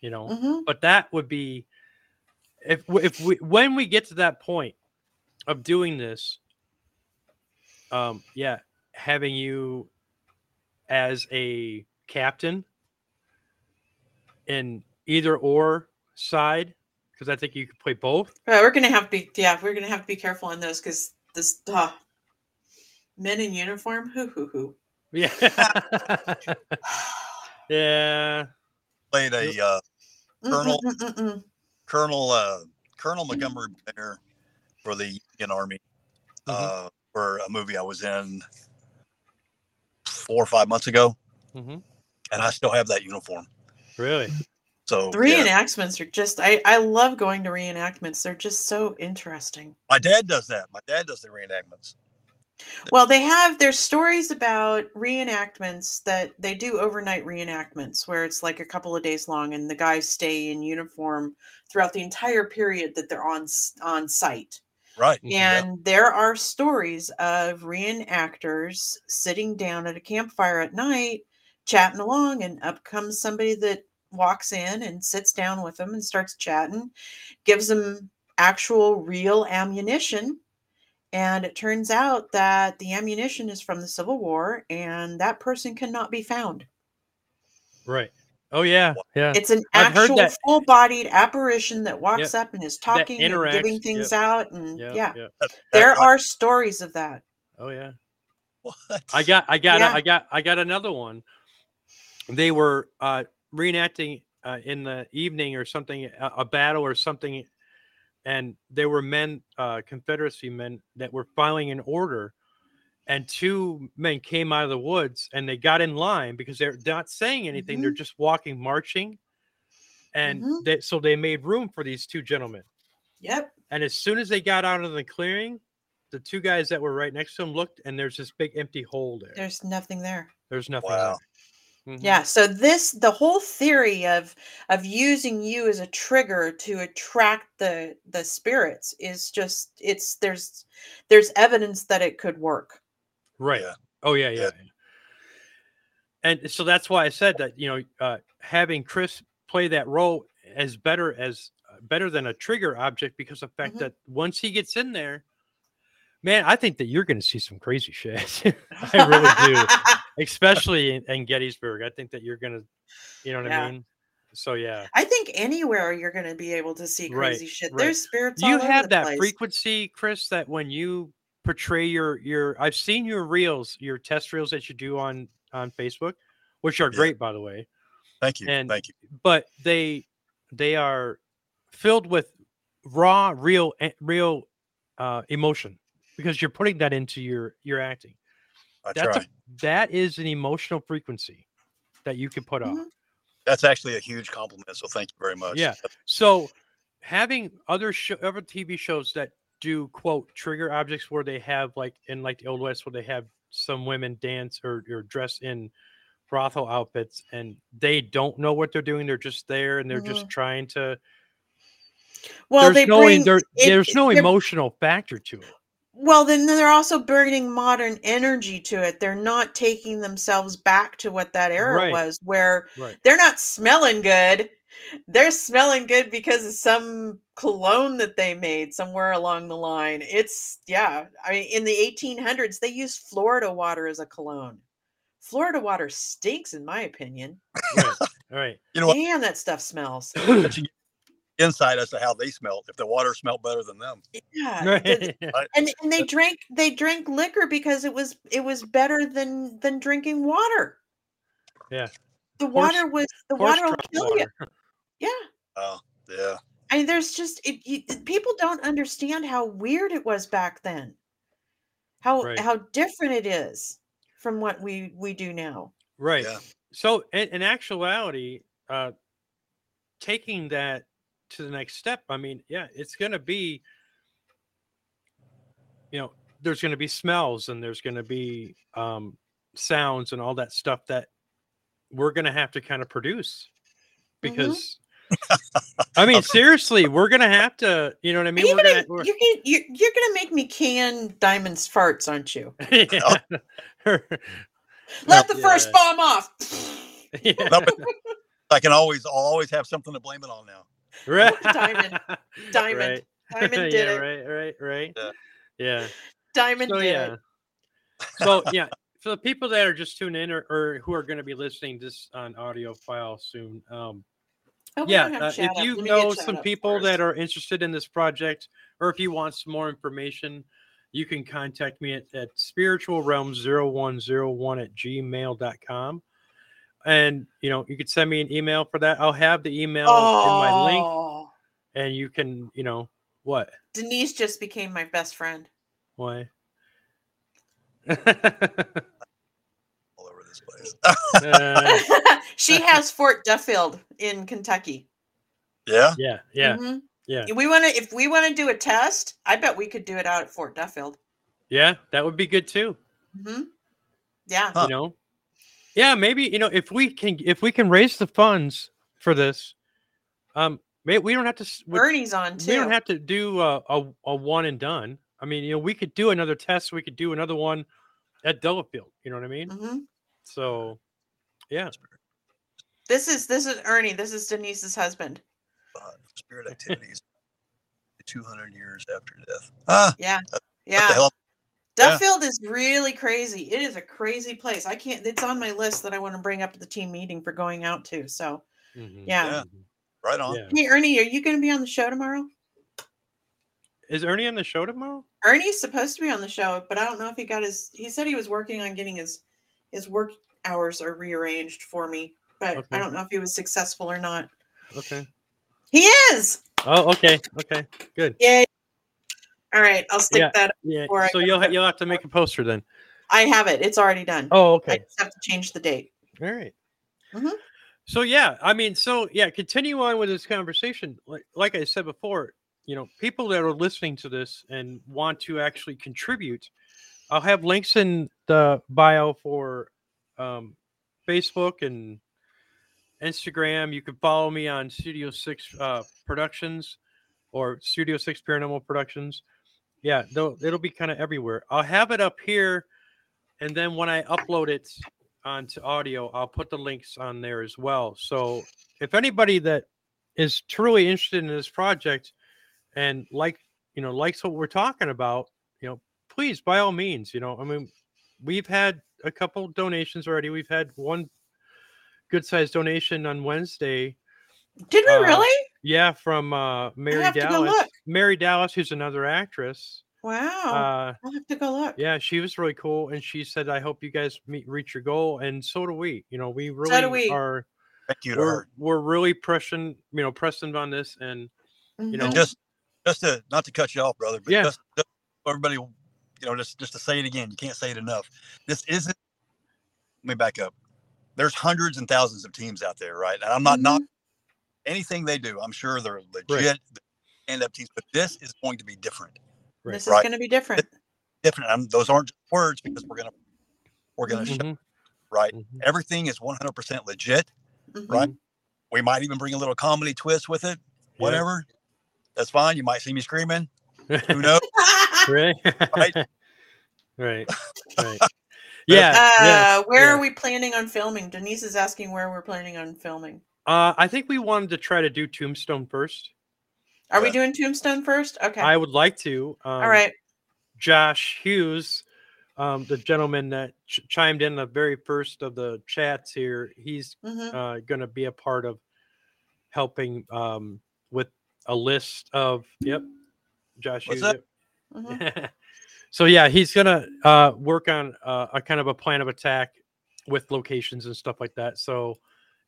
[SPEAKER 2] you know
[SPEAKER 1] Mm-hmm.
[SPEAKER 2] but that would be if w- if we when we get to that point of doing this um yeah having you as a captain in either or side because i think you could play both
[SPEAKER 1] Right, we're gonna have to be yeah we're gonna have to be careful on those because this uh, men in uniform hoo hoo hoo
[SPEAKER 2] yeah yeah
[SPEAKER 3] Played a uh,
[SPEAKER 1] Mm, mm,
[SPEAKER 3] Colonel.
[SPEAKER 1] mm, mm, mm.
[SPEAKER 3] Colonel uh, Colonel Montgomery Blair for the Union Army
[SPEAKER 2] Mhm.
[SPEAKER 3] uh, for a movie I was in four or five months ago,
[SPEAKER 2] Mhm.
[SPEAKER 3] and I still have that uniform.
[SPEAKER 2] really Mm-hmm.
[SPEAKER 3] So
[SPEAKER 1] the
[SPEAKER 3] Oh, yeah.
[SPEAKER 1] reenactments are just i i love going to reenactments they're just so interesting
[SPEAKER 3] my dad does that. My dad does the reenactments.
[SPEAKER 1] Well, they have there's stories about reenactments that they do overnight reenactments where it's like a couple of days long and the guys stay in uniform throughout the entire period that they're on s- on site.
[SPEAKER 3] Right.
[SPEAKER 2] Mhm.
[SPEAKER 3] Yeah.
[SPEAKER 1] And there are stories of reenactors sitting down at a campfire at night chatting along, and up comes somebody that walks in and sits down with them and starts chatting, gives them actual real ammunition. And it turns out that the ammunition is from the Civil War, and that person cannot be found.
[SPEAKER 2] Right. Oh yeah, yeah.
[SPEAKER 1] It's an I've actual full-bodied apparition that walks yep. up and is talking and giving things yep. out, and yep. yeah, there are stories of that.
[SPEAKER 2] Oh yeah. What? I got, I got, yeah. I got, I got another one. They were uh, reenacting uh, in the evening or something, a, a, battle or something, and there were men, uh, Confederacy men, that were filing an order. And two men came out of the woods and they got in line because they're not saying anything; mm-hmm. they're just walking, marching, and mm-hmm. they, so they made room for these two gentlemen.
[SPEAKER 1] Yep.
[SPEAKER 2] And as soon as they got out of the clearing, the two guys that were right next to him looked, and there's this big empty hole there.
[SPEAKER 1] There's nothing there.
[SPEAKER 2] There's nothing wow. there.
[SPEAKER 1] Mm-hmm. Yeah. So this the whole theory of of using you as a trigger to attract the the spirits is just it's there's there's evidence that it could work.
[SPEAKER 2] Right. Yeah. Oh yeah, yeah, yeah, And so that's why I said that you know uh, having Chris play that role is better as uh, better than a trigger object because the fact mm-hmm. that once he gets in there, man, I think that you're going to see some crazy shit. I really do, especially in, in, Gettysburg. I think that you're going to, you know what yeah. I mean. So yeah,
[SPEAKER 1] I think anywhere you're going to be able to see crazy right, shit. Right. There's spirits.
[SPEAKER 2] You have that
[SPEAKER 1] place.
[SPEAKER 2] frequency, Chris. That when you portray your your, I've seen your reels, your test reels that you do on on Facebook, which are yeah. great, by the way.
[SPEAKER 3] Thank you. And, Thank you.
[SPEAKER 2] But they they are filled with raw, real, eh, real uh, emotion because you're putting that into your your acting.
[SPEAKER 3] I
[SPEAKER 2] That's
[SPEAKER 3] try. A,
[SPEAKER 2] that is an emotional frequency that you can put mm-hmm. on.
[SPEAKER 3] That's actually a huge compliment. So thank you very much.
[SPEAKER 2] Yeah. So having other show, other TV shows that do quote trigger objects where they have like in like the old west where they have some women dance or, or dress in brothel outfits and they don't know what they're doing they're just there and they're mm-hmm. just trying to well there's they no, bring, there, it, there's no emotional factor to it
[SPEAKER 1] well, then they're also bringing modern energy to it. They're not taking themselves back to what that era right. was, where right. they're not smelling good. They're smelling good because of some cologne that they made somewhere along the line. It's, yeah. I mean, in the 1800s, they used Florida water as a cologne. Florida water stinks, in my opinion.
[SPEAKER 2] Right. right.
[SPEAKER 1] You know what? Damn, that stuff smells.
[SPEAKER 3] insight as to how they smelt if the water smelled better than them
[SPEAKER 1] yeah right. and, and they drank they drank liquor because it was it was better than than drinking water
[SPEAKER 2] yeah
[SPEAKER 1] the horse, water was the water will kill water. you yeah
[SPEAKER 3] oh yeah
[SPEAKER 1] i mean there's just it, you, people don't understand how weird it was back then how right. how different it is from what we we do now
[SPEAKER 2] right yeah. so in, in actuality uh taking that to the next step i mean yeah it's going to be you know there's going to be smells and there's going to be um, sounds and all that stuff that we're going to have to kind of produce because mm-hmm. i mean seriously we're going to have to you know what i mean
[SPEAKER 1] you
[SPEAKER 2] we're
[SPEAKER 1] gonna, gonna, you're, gonna, you're, you're gonna make me can diamonds farts aren't you Oh. let the yeah. first bomb off
[SPEAKER 3] yeah. i can always i'll always have something to blame it on now
[SPEAKER 2] right
[SPEAKER 1] diamond diamond right. diamond did
[SPEAKER 2] yeah,
[SPEAKER 1] it
[SPEAKER 2] right right right yeah, yeah.
[SPEAKER 1] diamond so, did yeah. it
[SPEAKER 2] so yeah for the people that are just tuning in or, or who are going to be listening this on audio file soon um oh, yeah uh, if up. you know some people first. that are interested in this project or if you want some more information you can contact me at, at spiritualrealm0101 at gmail.com and you know you could send me an email for that i'll have the email oh. in my link and you can you know what
[SPEAKER 1] denise just became my best friend
[SPEAKER 2] why
[SPEAKER 3] all over this place uh,
[SPEAKER 1] she has fort duffield in kentucky
[SPEAKER 3] yeah
[SPEAKER 2] yeah yeah mm-hmm. yeah
[SPEAKER 1] if we want to if we want to do a test i bet we could do it out at fort duffield
[SPEAKER 2] yeah that would be good too
[SPEAKER 1] mm-hmm. yeah
[SPEAKER 2] huh. you know yeah maybe you know if we can if we can raise the funds for this um maybe we don't have to
[SPEAKER 1] we, bernie's on too
[SPEAKER 2] we don't have to do a, a, a, one and done i mean you know we could do another test we could do another one at delafield you know what i mean mm-hmm. so Yeah.
[SPEAKER 1] This is this is Ernie. This is Denise's husband.
[SPEAKER 3] Uh, spirit activities 200 years after death. Ah,
[SPEAKER 1] Yeah.
[SPEAKER 3] What
[SPEAKER 1] Yeah.
[SPEAKER 3] hell? Yeah.
[SPEAKER 1] Duffield is really crazy. It is a crazy place. I can't it's on my list that I want to bring up to the team meeting for going out to. So
[SPEAKER 2] Mhm.
[SPEAKER 1] yeah.
[SPEAKER 2] Mhm.
[SPEAKER 3] right on.
[SPEAKER 2] Yeah.
[SPEAKER 1] Hey Ernie, are you gonna be on the show tomorrow?
[SPEAKER 2] Is Ernie on the show tomorrow?
[SPEAKER 1] Ernie's supposed to be on the show, but I don't know if he got his. He said he was working on getting his his work hours are rearranged for me, but
[SPEAKER 2] Okay.
[SPEAKER 1] I don't know if he was successful or not.
[SPEAKER 2] Okay.
[SPEAKER 1] He is.
[SPEAKER 2] Oh, okay. Okay. Good.
[SPEAKER 1] Yay! All right, I'll stick
[SPEAKER 2] Yeah.
[SPEAKER 1] that.
[SPEAKER 2] Yeah.
[SPEAKER 1] Or I
[SPEAKER 2] So
[SPEAKER 1] can
[SPEAKER 2] you'll ha-
[SPEAKER 1] put-
[SPEAKER 2] you'll have to make a poster then.
[SPEAKER 1] I have it. It's already done.
[SPEAKER 2] Oh,
[SPEAKER 1] I
[SPEAKER 2] okay.
[SPEAKER 1] just have to change the date.
[SPEAKER 2] All right.
[SPEAKER 1] Mhm.
[SPEAKER 2] So yeah, I mean, so yeah, continue on with this conversation. Like, like I said before, you know, people that are listening to this and want to actually contribute, I'll have links in the bio for um, Facebook and Instagram. You can follow me on Studio Six uh, Productions or Studio Six Paranormal Productions. Yeah, they'll, it'll be kind of everywhere. I'll have it up here, and then when I upload it, onto audio, I'll put the links on there as well. So if anybody that is truly interested in this project and like you know likes what we're talking about, you know, please by all means, you know, I mean, we've had a couple donations already. We've had one good sized donation on Wednesday.
[SPEAKER 1] Did we
[SPEAKER 2] Uh,
[SPEAKER 1] really?
[SPEAKER 2] Yeah, from uh, Mary
[SPEAKER 1] have to go
[SPEAKER 2] Dallas.
[SPEAKER 1] look. Oh.
[SPEAKER 2] Mary Dallas, who's another actress.
[SPEAKER 1] Wow.
[SPEAKER 2] Uh,
[SPEAKER 1] I'll have to go look.
[SPEAKER 2] yeah, she was really cool, and she said, "I hope you guys meet reach your goal." And so do we. You know, we really
[SPEAKER 1] we.
[SPEAKER 2] are.
[SPEAKER 3] Thank you to
[SPEAKER 2] We're,
[SPEAKER 3] her.
[SPEAKER 2] we're really pressing, you know, pressing on this, and you know,
[SPEAKER 1] Mhm.
[SPEAKER 3] And just, just to not to cut you off, brother, but
[SPEAKER 2] Yeah.
[SPEAKER 3] just, just for everybody, you know, just just to say it again, you can't say it enough. This isn't. Let me back up. There's hundreds and thousands of teams out there, right? And I'm not
[SPEAKER 1] Mhm.
[SPEAKER 3] knocking anything they do. I'm sure they're legit end up teams, but this is going to be different.
[SPEAKER 2] Right.
[SPEAKER 1] This is
[SPEAKER 3] Right.
[SPEAKER 1] going to be different.
[SPEAKER 3] different. Um, those aren't just words because we're gonna we're gonna show
[SPEAKER 2] Mhm,
[SPEAKER 3] right.
[SPEAKER 2] mhm.
[SPEAKER 3] Everything is 100% legit.
[SPEAKER 1] Mhm.
[SPEAKER 3] Right. We might even bring a little comedy twist with it.
[SPEAKER 2] Mm-hmm. Yeah.
[SPEAKER 3] Whatever, that's fine. You might see me screaming. Who knows?
[SPEAKER 2] right,
[SPEAKER 3] Right.
[SPEAKER 2] right, right. Yeah, yeah.
[SPEAKER 1] Uh, where
[SPEAKER 2] yeah.
[SPEAKER 1] are we planning on filming? Denise is asking where we're planning on filming.
[SPEAKER 2] Uh, I think we wanted to try to do Tombstone first.
[SPEAKER 1] Are
[SPEAKER 2] Uh,
[SPEAKER 1] we
[SPEAKER 3] Yeah.
[SPEAKER 1] doing Tombstone first? Okay.
[SPEAKER 2] I would like to. Um,
[SPEAKER 1] All right.
[SPEAKER 2] Josh Hughes, um, the gentleman that ch- chimed in the very first of the chats here, he's
[SPEAKER 1] Mhm.
[SPEAKER 2] uh, going to be a part of helping um, with a list of yep josh
[SPEAKER 3] What's
[SPEAKER 2] Hughes,
[SPEAKER 3] up?
[SPEAKER 1] Mhm.
[SPEAKER 2] yep. so yeah he's gonna uh, work on uh, a kind of a plan of attack with locations and stuff like that so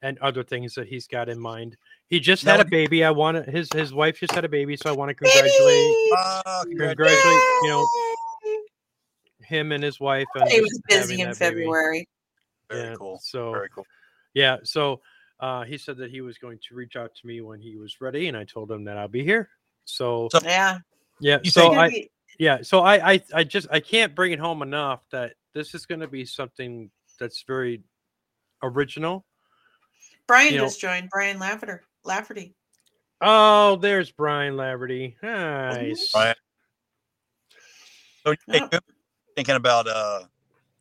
[SPEAKER 2] and other things that he's got in mind he just
[SPEAKER 3] Now
[SPEAKER 2] had a
[SPEAKER 3] would-
[SPEAKER 2] baby i want to his his wife just had a baby so i want to congratulate
[SPEAKER 1] Baby!
[SPEAKER 3] Ah, congratulations.
[SPEAKER 2] congratulate you know
[SPEAKER 1] Yay!
[SPEAKER 2] him and his wife and
[SPEAKER 1] It was
[SPEAKER 2] having
[SPEAKER 1] busy in
[SPEAKER 2] that baby.
[SPEAKER 1] February.
[SPEAKER 3] Very
[SPEAKER 2] Yeah,
[SPEAKER 3] cool.
[SPEAKER 2] so
[SPEAKER 3] Very cool.
[SPEAKER 2] yeah so uh, he said that he was going to reach out to me when he was ready and i told him that i'll be here so
[SPEAKER 3] So-
[SPEAKER 1] Yeah.
[SPEAKER 2] yeah
[SPEAKER 3] You
[SPEAKER 2] so
[SPEAKER 1] It's gonna
[SPEAKER 2] Oh, i
[SPEAKER 1] be-
[SPEAKER 2] yeah so I, I i just i can't bring it home enough that this is going to be something that's very original
[SPEAKER 1] Brian
[SPEAKER 2] you know-
[SPEAKER 1] just joined. Brian Lafferty. Lafferty.
[SPEAKER 2] oh there's brian laverty nice
[SPEAKER 3] Right. So hey,
[SPEAKER 1] Yeah.
[SPEAKER 3] good. thinking about uh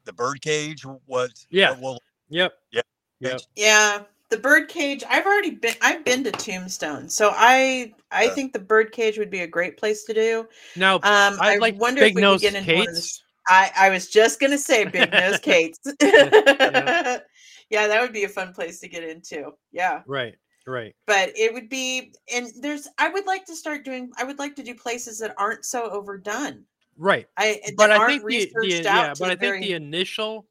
[SPEAKER 3] the bird cage. What?
[SPEAKER 2] Yeah.
[SPEAKER 3] What will
[SPEAKER 2] yep
[SPEAKER 3] Yeah.
[SPEAKER 2] yep
[SPEAKER 1] Yeah. The birdcage. I've already been. I've been to Tombstone, so I I
[SPEAKER 3] Yeah.
[SPEAKER 1] think the birdcage would be a great place to do.
[SPEAKER 2] now
[SPEAKER 1] Um,
[SPEAKER 2] i'd
[SPEAKER 1] I
[SPEAKER 2] like
[SPEAKER 1] wonder
[SPEAKER 2] big
[SPEAKER 1] if we could
[SPEAKER 2] nose
[SPEAKER 1] get into one of the
[SPEAKER 2] Kates.
[SPEAKER 1] I, I was just gonna say Big Nose Kate's.
[SPEAKER 2] yeah.
[SPEAKER 1] yeah. that would be a fun place to get into. Yeah,
[SPEAKER 2] right right
[SPEAKER 1] but it would be, and there's. I would like to start doing. I would like to do places that aren't so overdone.
[SPEAKER 2] right
[SPEAKER 1] I
[SPEAKER 2] but
[SPEAKER 1] that
[SPEAKER 2] i
[SPEAKER 1] eh, aren't
[SPEAKER 2] think the, the
[SPEAKER 1] researched out.
[SPEAKER 2] yeah
[SPEAKER 1] to
[SPEAKER 2] but i think
[SPEAKER 1] the very,
[SPEAKER 2] the initial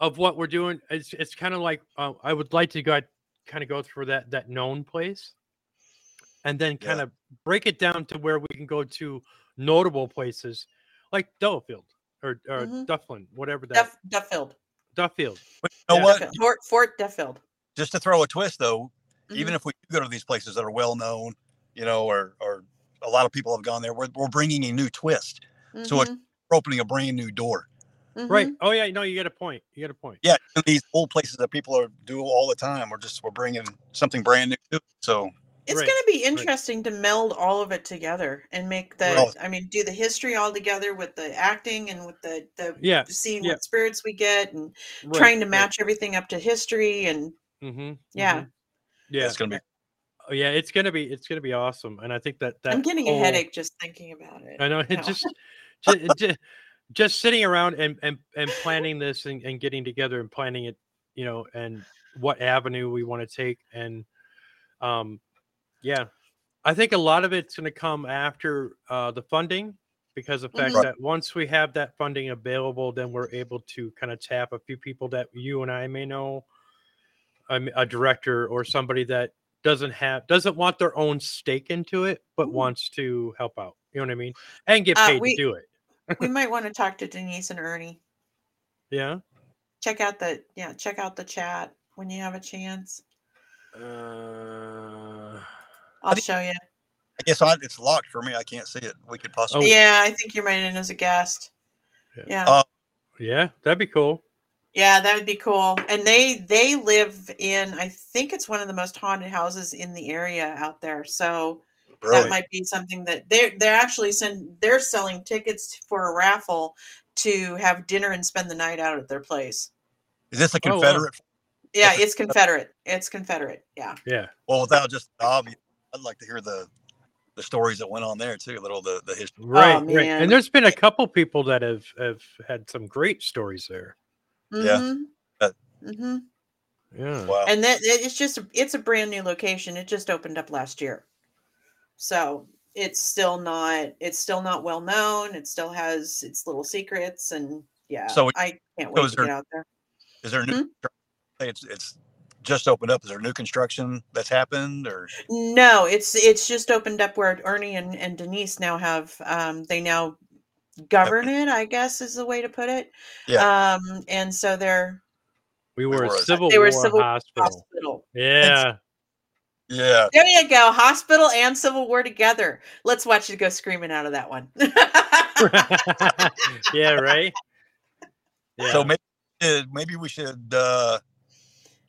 [SPEAKER 2] of what we're doing it's it's kind of like uh, i would like to go kind of go through that that known place and then kind
[SPEAKER 3] Yeah.
[SPEAKER 2] of break it down to where we can go to notable places like Duffield or, or
[SPEAKER 1] Mhm.
[SPEAKER 2] Dufflin, whatever that
[SPEAKER 1] Duff, Duffield,
[SPEAKER 2] Duffield.
[SPEAKER 3] you know
[SPEAKER 2] Yeah.
[SPEAKER 3] what?
[SPEAKER 1] Duffield. Fort Fort Duffield.
[SPEAKER 3] Just to throw a twist though, even
[SPEAKER 1] Mhm.
[SPEAKER 3] if we do go to these places that are well known, you know, or or a lot of people have gone there, we're, we're bringing a new twist. so it-
[SPEAKER 1] Mhm,
[SPEAKER 3] We're opening a brand new door.
[SPEAKER 2] Right.
[SPEAKER 1] mhm.
[SPEAKER 2] Oh yeah, no, you get a point. You get a point.
[SPEAKER 3] yeah, these old places that people are do all the time. We're just we're bringing something brand new. To it. So
[SPEAKER 1] mm-hmm. it's
[SPEAKER 2] Right,
[SPEAKER 1] going to be
[SPEAKER 2] right.
[SPEAKER 1] interesting to meld all of it together and make the
[SPEAKER 3] Well-
[SPEAKER 1] i mean do the history all together with the acting and with the the
[SPEAKER 2] Yeah,
[SPEAKER 1] seeing
[SPEAKER 2] yeah.
[SPEAKER 1] what spirits we get and trying to match everything up to history and
[SPEAKER 2] hmm
[SPEAKER 1] yeah
[SPEAKER 2] yeah,
[SPEAKER 3] It's gonna be
[SPEAKER 2] Oh, yeah. It's gonna be it's gonna be awesome, and I think that that
[SPEAKER 1] i'm getting
[SPEAKER 2] whole-
[SPEAKER 1] a headache just thinking about it
[SPEAKER 2] I know it
[SPEAKER 1] now.
[SPEAKER 2] just, just just just sitting around and and and planning this and, and getting together and planning it, you know, and what avenue we want to take and um yeah. I think a lot of it's going to come after uh, the funding because the fact
[SPEAKER 1] Mhm. Right.
[SPEAKER 2] that once we have that funding available, then we're able to kind of tap a few people that you and I may know, um, a director or somebody that doesn't have doesn't want their own stake into it, but
[SPEAKER 1] Mhm.
[SPEAKER 2] wants to help out. You know what I mean? And get
[SPEAKER 1] Uh,
[SPEAKER 2] paid
[SPEAKER 1] we-
[SPEAKER 2] to do it.
[SPEAKER 1] we might want to talk to denise and ernie
[SPEAKER 2] Yeah.
[SPEAKER 1] check out the yeah check out the chat when you have a chance
[SPEAKER 2] Uh,
[SPEAKER 1] i'll
[SPEAKER 3] do you-
[SPEAKER 1] show you
[SPEAKER 3] I guess I, it's locked for me. I can't see it. We could possibly.
[SPEAKER 1] yeah i think you're right in as a guest
[SPEAKER 2] Yeah.
[SPEAKER 1] yeah
[SPEAKER 3] Uh,
[SPEAKER 2] yeah, that'd be cool.
[SPEAKER 1] Yeah, that would be cool. And they they live in I think it's one of the most haunted houses in the area out there. So that
[SPEAKER 3] Really?
[SPEAKER 1] might be something that they they're actually send they're selling tickets for a raffle to have dinner and spend the night out at their place.
[SPEAKER 3] Is this a
[SPEAKER 2] Oh, wow.
[SPEAKER 3] Confederate?
[SPEAKER 1] Yeah,
[SPEAKER 3] That's a-
[SPEAKER 1] it's Confederate. It's Confederate. Yeah.
[SPEAKER 2] Yeah.
[SPEAKER 3] Well, without just the obvious, I'd like to hear the the stories that went on there too. A little the the history.
[SPEAKER 2] Right, right.
[SPEAKER 1] Oh, man.
[SPEAKER 2] And there's been a couple people that have have had some great stories there.
[SPEAKER 3] Yeah.
[SPEAKER 1] Mhm.
[SPEAKER 3] Uh,
[SPEAKER 1] Mhm.
[SPEAKER 2] Yeah.
[SPEAKER 3] Wow.
[SPEAKER 1] And that it- it's just a- it's a brand new location. It just opened up last year. So it's still not it's still not well known. It still has its little secrets and yeah.
[SPEAKER 3] So it-
[SPEAKER 1] I can't
[SPEAKER 3] so
[SPEAKER 1] wait
[SPEAKER 3] is
[SPEAKER 1] to
[SPEAKER 3] there-
[SPEAKER 1] get out there.
[SPEAKER 3] Is there a new? Say It's it's just opened up. Is there new construction that's happened or?
[SPEAKER 1] No, it's it's just opened up where Ernie and, and Denise now have um they now govern it, I guess is the way to put it. Yeah. Um and so they're
[SPEAKER 2] We were a
[SPEAKER 3] were a-
[SPEAKER 2] civil
[SPEAKER 1] They were
[SPEAKER 2] war
[SPEAKER 1] a Civil War
[SPEAKER 2] hospital.
[SPEAKER 1] hospital.
[SPEAKER 2] Yeah.
[SPEAKER 3] Yeah.
[SPEAKER 1] There you go. Hospital and Civil War together. Let's watch you go screaming out of that one.
[SPEAKER 2] yeah, right. Yeah.
[SPEAKER 3] So maybe we should- maybe we should uh,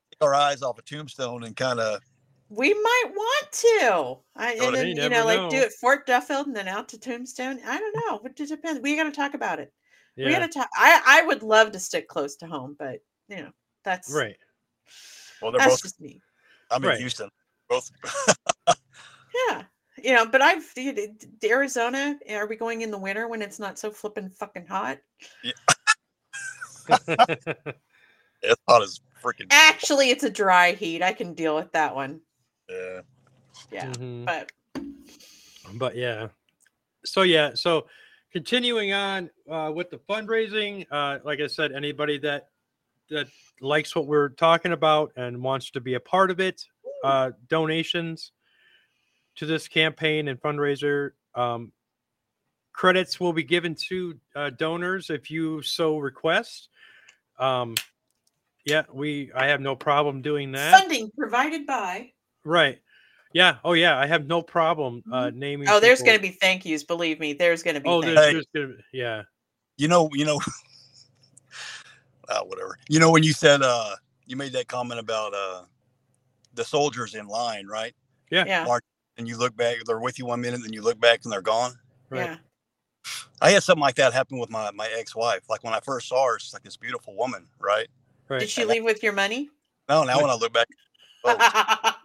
[SPEAKER 3] take our eyes off a tombstone and kind of
[SPEAKER 1] we might want to. I, and
[SPEAKER 3] Go to-
[SPEAKER 1] then,
[SPEAKER 2] Oh, You
[SPEAKER 1] you,
[SPEAKER 2] never
[SPEAKER 1] know, like do
[SPEAKER 2] know.
[SPEAKER 1] it Fort Duffield and then out to Tombstone. I don't know. It just depends. We got to talk about it. We
[SPEAKER 2] yeah.
[SPEAKER 1] got to talk. I I would love to stick close to home, but you know, that's
[SPEAKER 2] Right.
[SPEAKER 3] well, they're
[SPEAKER 1] That's
[SPEAKER 3] both.
[SPEAKER 1] just me.
[SPEAKER 3] I'm in
[SPEAKER 2] right.
[SPEAKER 3] Houston. Both.
[SPEAKER 1] Yeah. You know, but I've d- d- d- Arizona. Are we going in the winter when it's not so flippin' fucking hot?
[SPEAKER 3] it's hot as freaking.
[SPEAKER 1] Actually, it's a dry heat. I can deal with that one.
[SPEAKER 3] Yeah.
[SPEAKER 1] Yeah,
[SPEAKER 2] Mhm.
[SPEAKER 1] but
[SPEAKER 2] But yeah. So yeah, so continuing on uh, with the fundraising, uh, like I said, anybody that that likes what we're talking about and wants to be a part of it, uh, donations to this campaign and fundraiser. Um, credits will be given to uh, donors if you so request. Um, yeah, we I have no problem doing that.
[SPEAKER 1] funding provided by.
[SPEAKER 2] Right. Yeah. Oh, yeah. I have no problem uh, naming.
[SPEAKER 1] Oh, there's going
[SPEAKER 2] people.
[SPEAKER 1] to be thank yous. Believe me, there's going to be.
[SPEAKER 2] Oh,
[SPEAKER 1] thank
[SPEAKER 2] there's,
[SPEAKER 1] yous.
[SPEAKER 3] Hey.
[SPEAKER 2] there's gonna be. Yeah.
[SPEAKER 3] You know. You know. uh, whatever. You know when you said uh, you made that comment about uh, the soldiers in line, right?
[SPEAKER 1] yeah,
[SPEAKER 3] And you look back, they're with you one minute, then you look back and they're gone.
[SPEAKER 2] Right.
[SPEAKER 1] yeah.
[SPEAKER 3] I had something like that happen with my my ex wife. Like when I first saw her, she's like this beautiful woman, right?
[SPEAKER 2] Right.
[SPEAKER 1] Did she leave with your money?
[SPEAKER 3] Now, now when I look back, oh, it's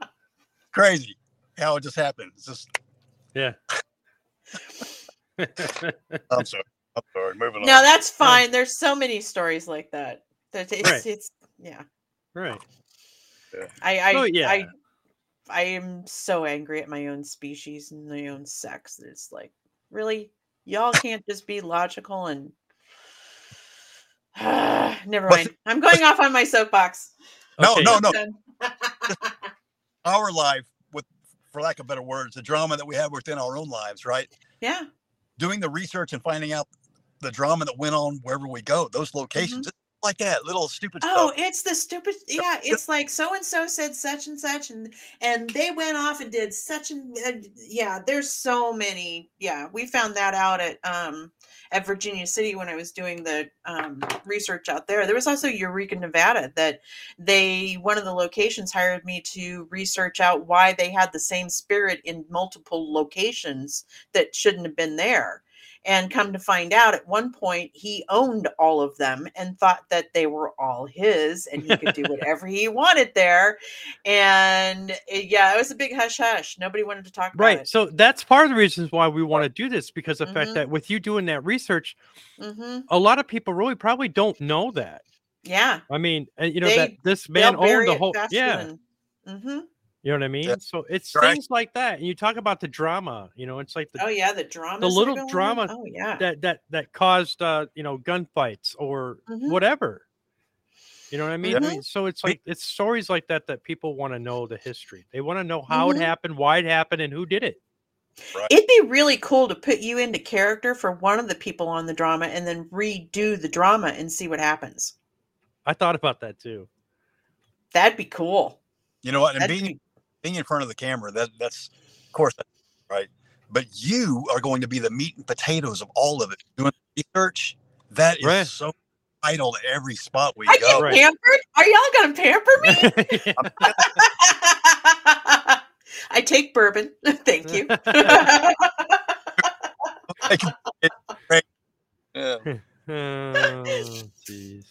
[SPEAKER 3] crazy how it just happened. It's just I'm sorry. I'm sorry. Moving
[SPEAKER 1] no, that's fine. There's so many stories like that. That it's,
[SPEAKER 2] Right.
[SPEAKER 1] it's yeah.
[SPEAKER 2] right.
[SPEAKER 1] I I,
[SPEAKER 2] Oh, yeah.
[SPEAKER 1] I I am so angry at my own species and my own sex. that It's like really, y'all can't just be logical and. never
[SPEAKER 3] What's-
[SPEAKER 1] mind. I'm going off on my soapbox.
[SPEAKER 3] No,
[SPEAKER 2] Okay.
[SPEAKER 3] no, no.
[SPEAKER 1] Done.
[SPEAKER 3] Our life, with for lack of better words, the drama that we have within our own lives, right?
[SPEAKER 1] yeah.
[SPEAKER 3] Doing the research and finding out the drama that went on wherever we go, those locations, like that little stupid
[SPEAKER 1] Mm-hmm. oh, it's the stupid. Yeah, it's like so and so said such and such, and and they went off and did such and and yeah. There's so many. Yeah, we found that out at um at Virginia City when I was doing the um, research out there. There was also Eureka, Nevada, that they one of the locations hired me to research out why they had the same spirit in multiple locations that shouldn't have been there and come to find out at one point he owned all of them and thought that they were all his and he could do whatever he wanted there and it, yeah it was a big hush hush nobody wanted to talk
[SPEAKER 2] right
[SPEAKER 1] about it
[SPEAKER 2] so that's part of the reasons why we want to do this because the fact
[SPEAKER 1] Mhm.
[SPEAKER 2] that with you doing that research
[SPEAKER 1] Mhm.
[SPEAKER 2] a lot of people really probably don't know that
[SPEAKER 1] yeah
[SPEAKER 2] i mean and you know
[SPEAKER 1] They-
[SPEAKER 2] that this man
[SPEAKER 1] they'll bury
[SPEAKER 2] owned the
[SPEAKER 1] it
[SPEAKER 2] whole
[SPEAKER 1] faster
[SPEAKER 2] yeah
[SPEAKER 1] than- Mhm.
[SPEAKER 2] you know what i mean so it's
[SPEAKER 3] Correct.
[SPEAKER 2] things like that and you talk about the drama you know it's like the
[SPEAKER 1] oh yeah the drama
[SPEAKER 2] little drama
[SPEAKER 1] oh yeah
[SPEAKER 2] that that that caused uh you know gunfights or
[SPEAKER 1] Mhm.
[SPEAKER 2] whatever you know what i mean
[SPEAKER 1] Yeah.
[SPEAKER 2] so it's like it's stories like that that people want to know the history they want to know how
[SPEAKER 1] Mhm.
[SPEAKER 2] it happened why it happened and who did it
[SPEAKER 1] It'd be really cool to put you into character for one of the people on the drama and then redo the drama and see what happens.
[SPEAKER 2] i thought about that too
[SPEAKER 1] That'd be cool.
[SPEAKER 3] You know what? And
[SPEAKER 1] That'd
[SPEAKER 3] being
[SPEAKER 1] be-
[SPEAKER 3] being in front of the camera, that that's of course right. But you are going to be the meat and potatoes of all of it. Doing research, that is
[SPEAKER 2] Right.
[SPEAKER 3] so vital to every spot we
[SPEAKER 1] I
[SPEAKER 3] go.
[SPEAKER 1] get
[SPEAKER 2] Right.
[SPEAKER 1] pampered? Are y'all gonna pamper me? I take bourbon. Thank you.
[SPEAKER 3] Yeah.
[SPEAKER 2] Oh, jeez.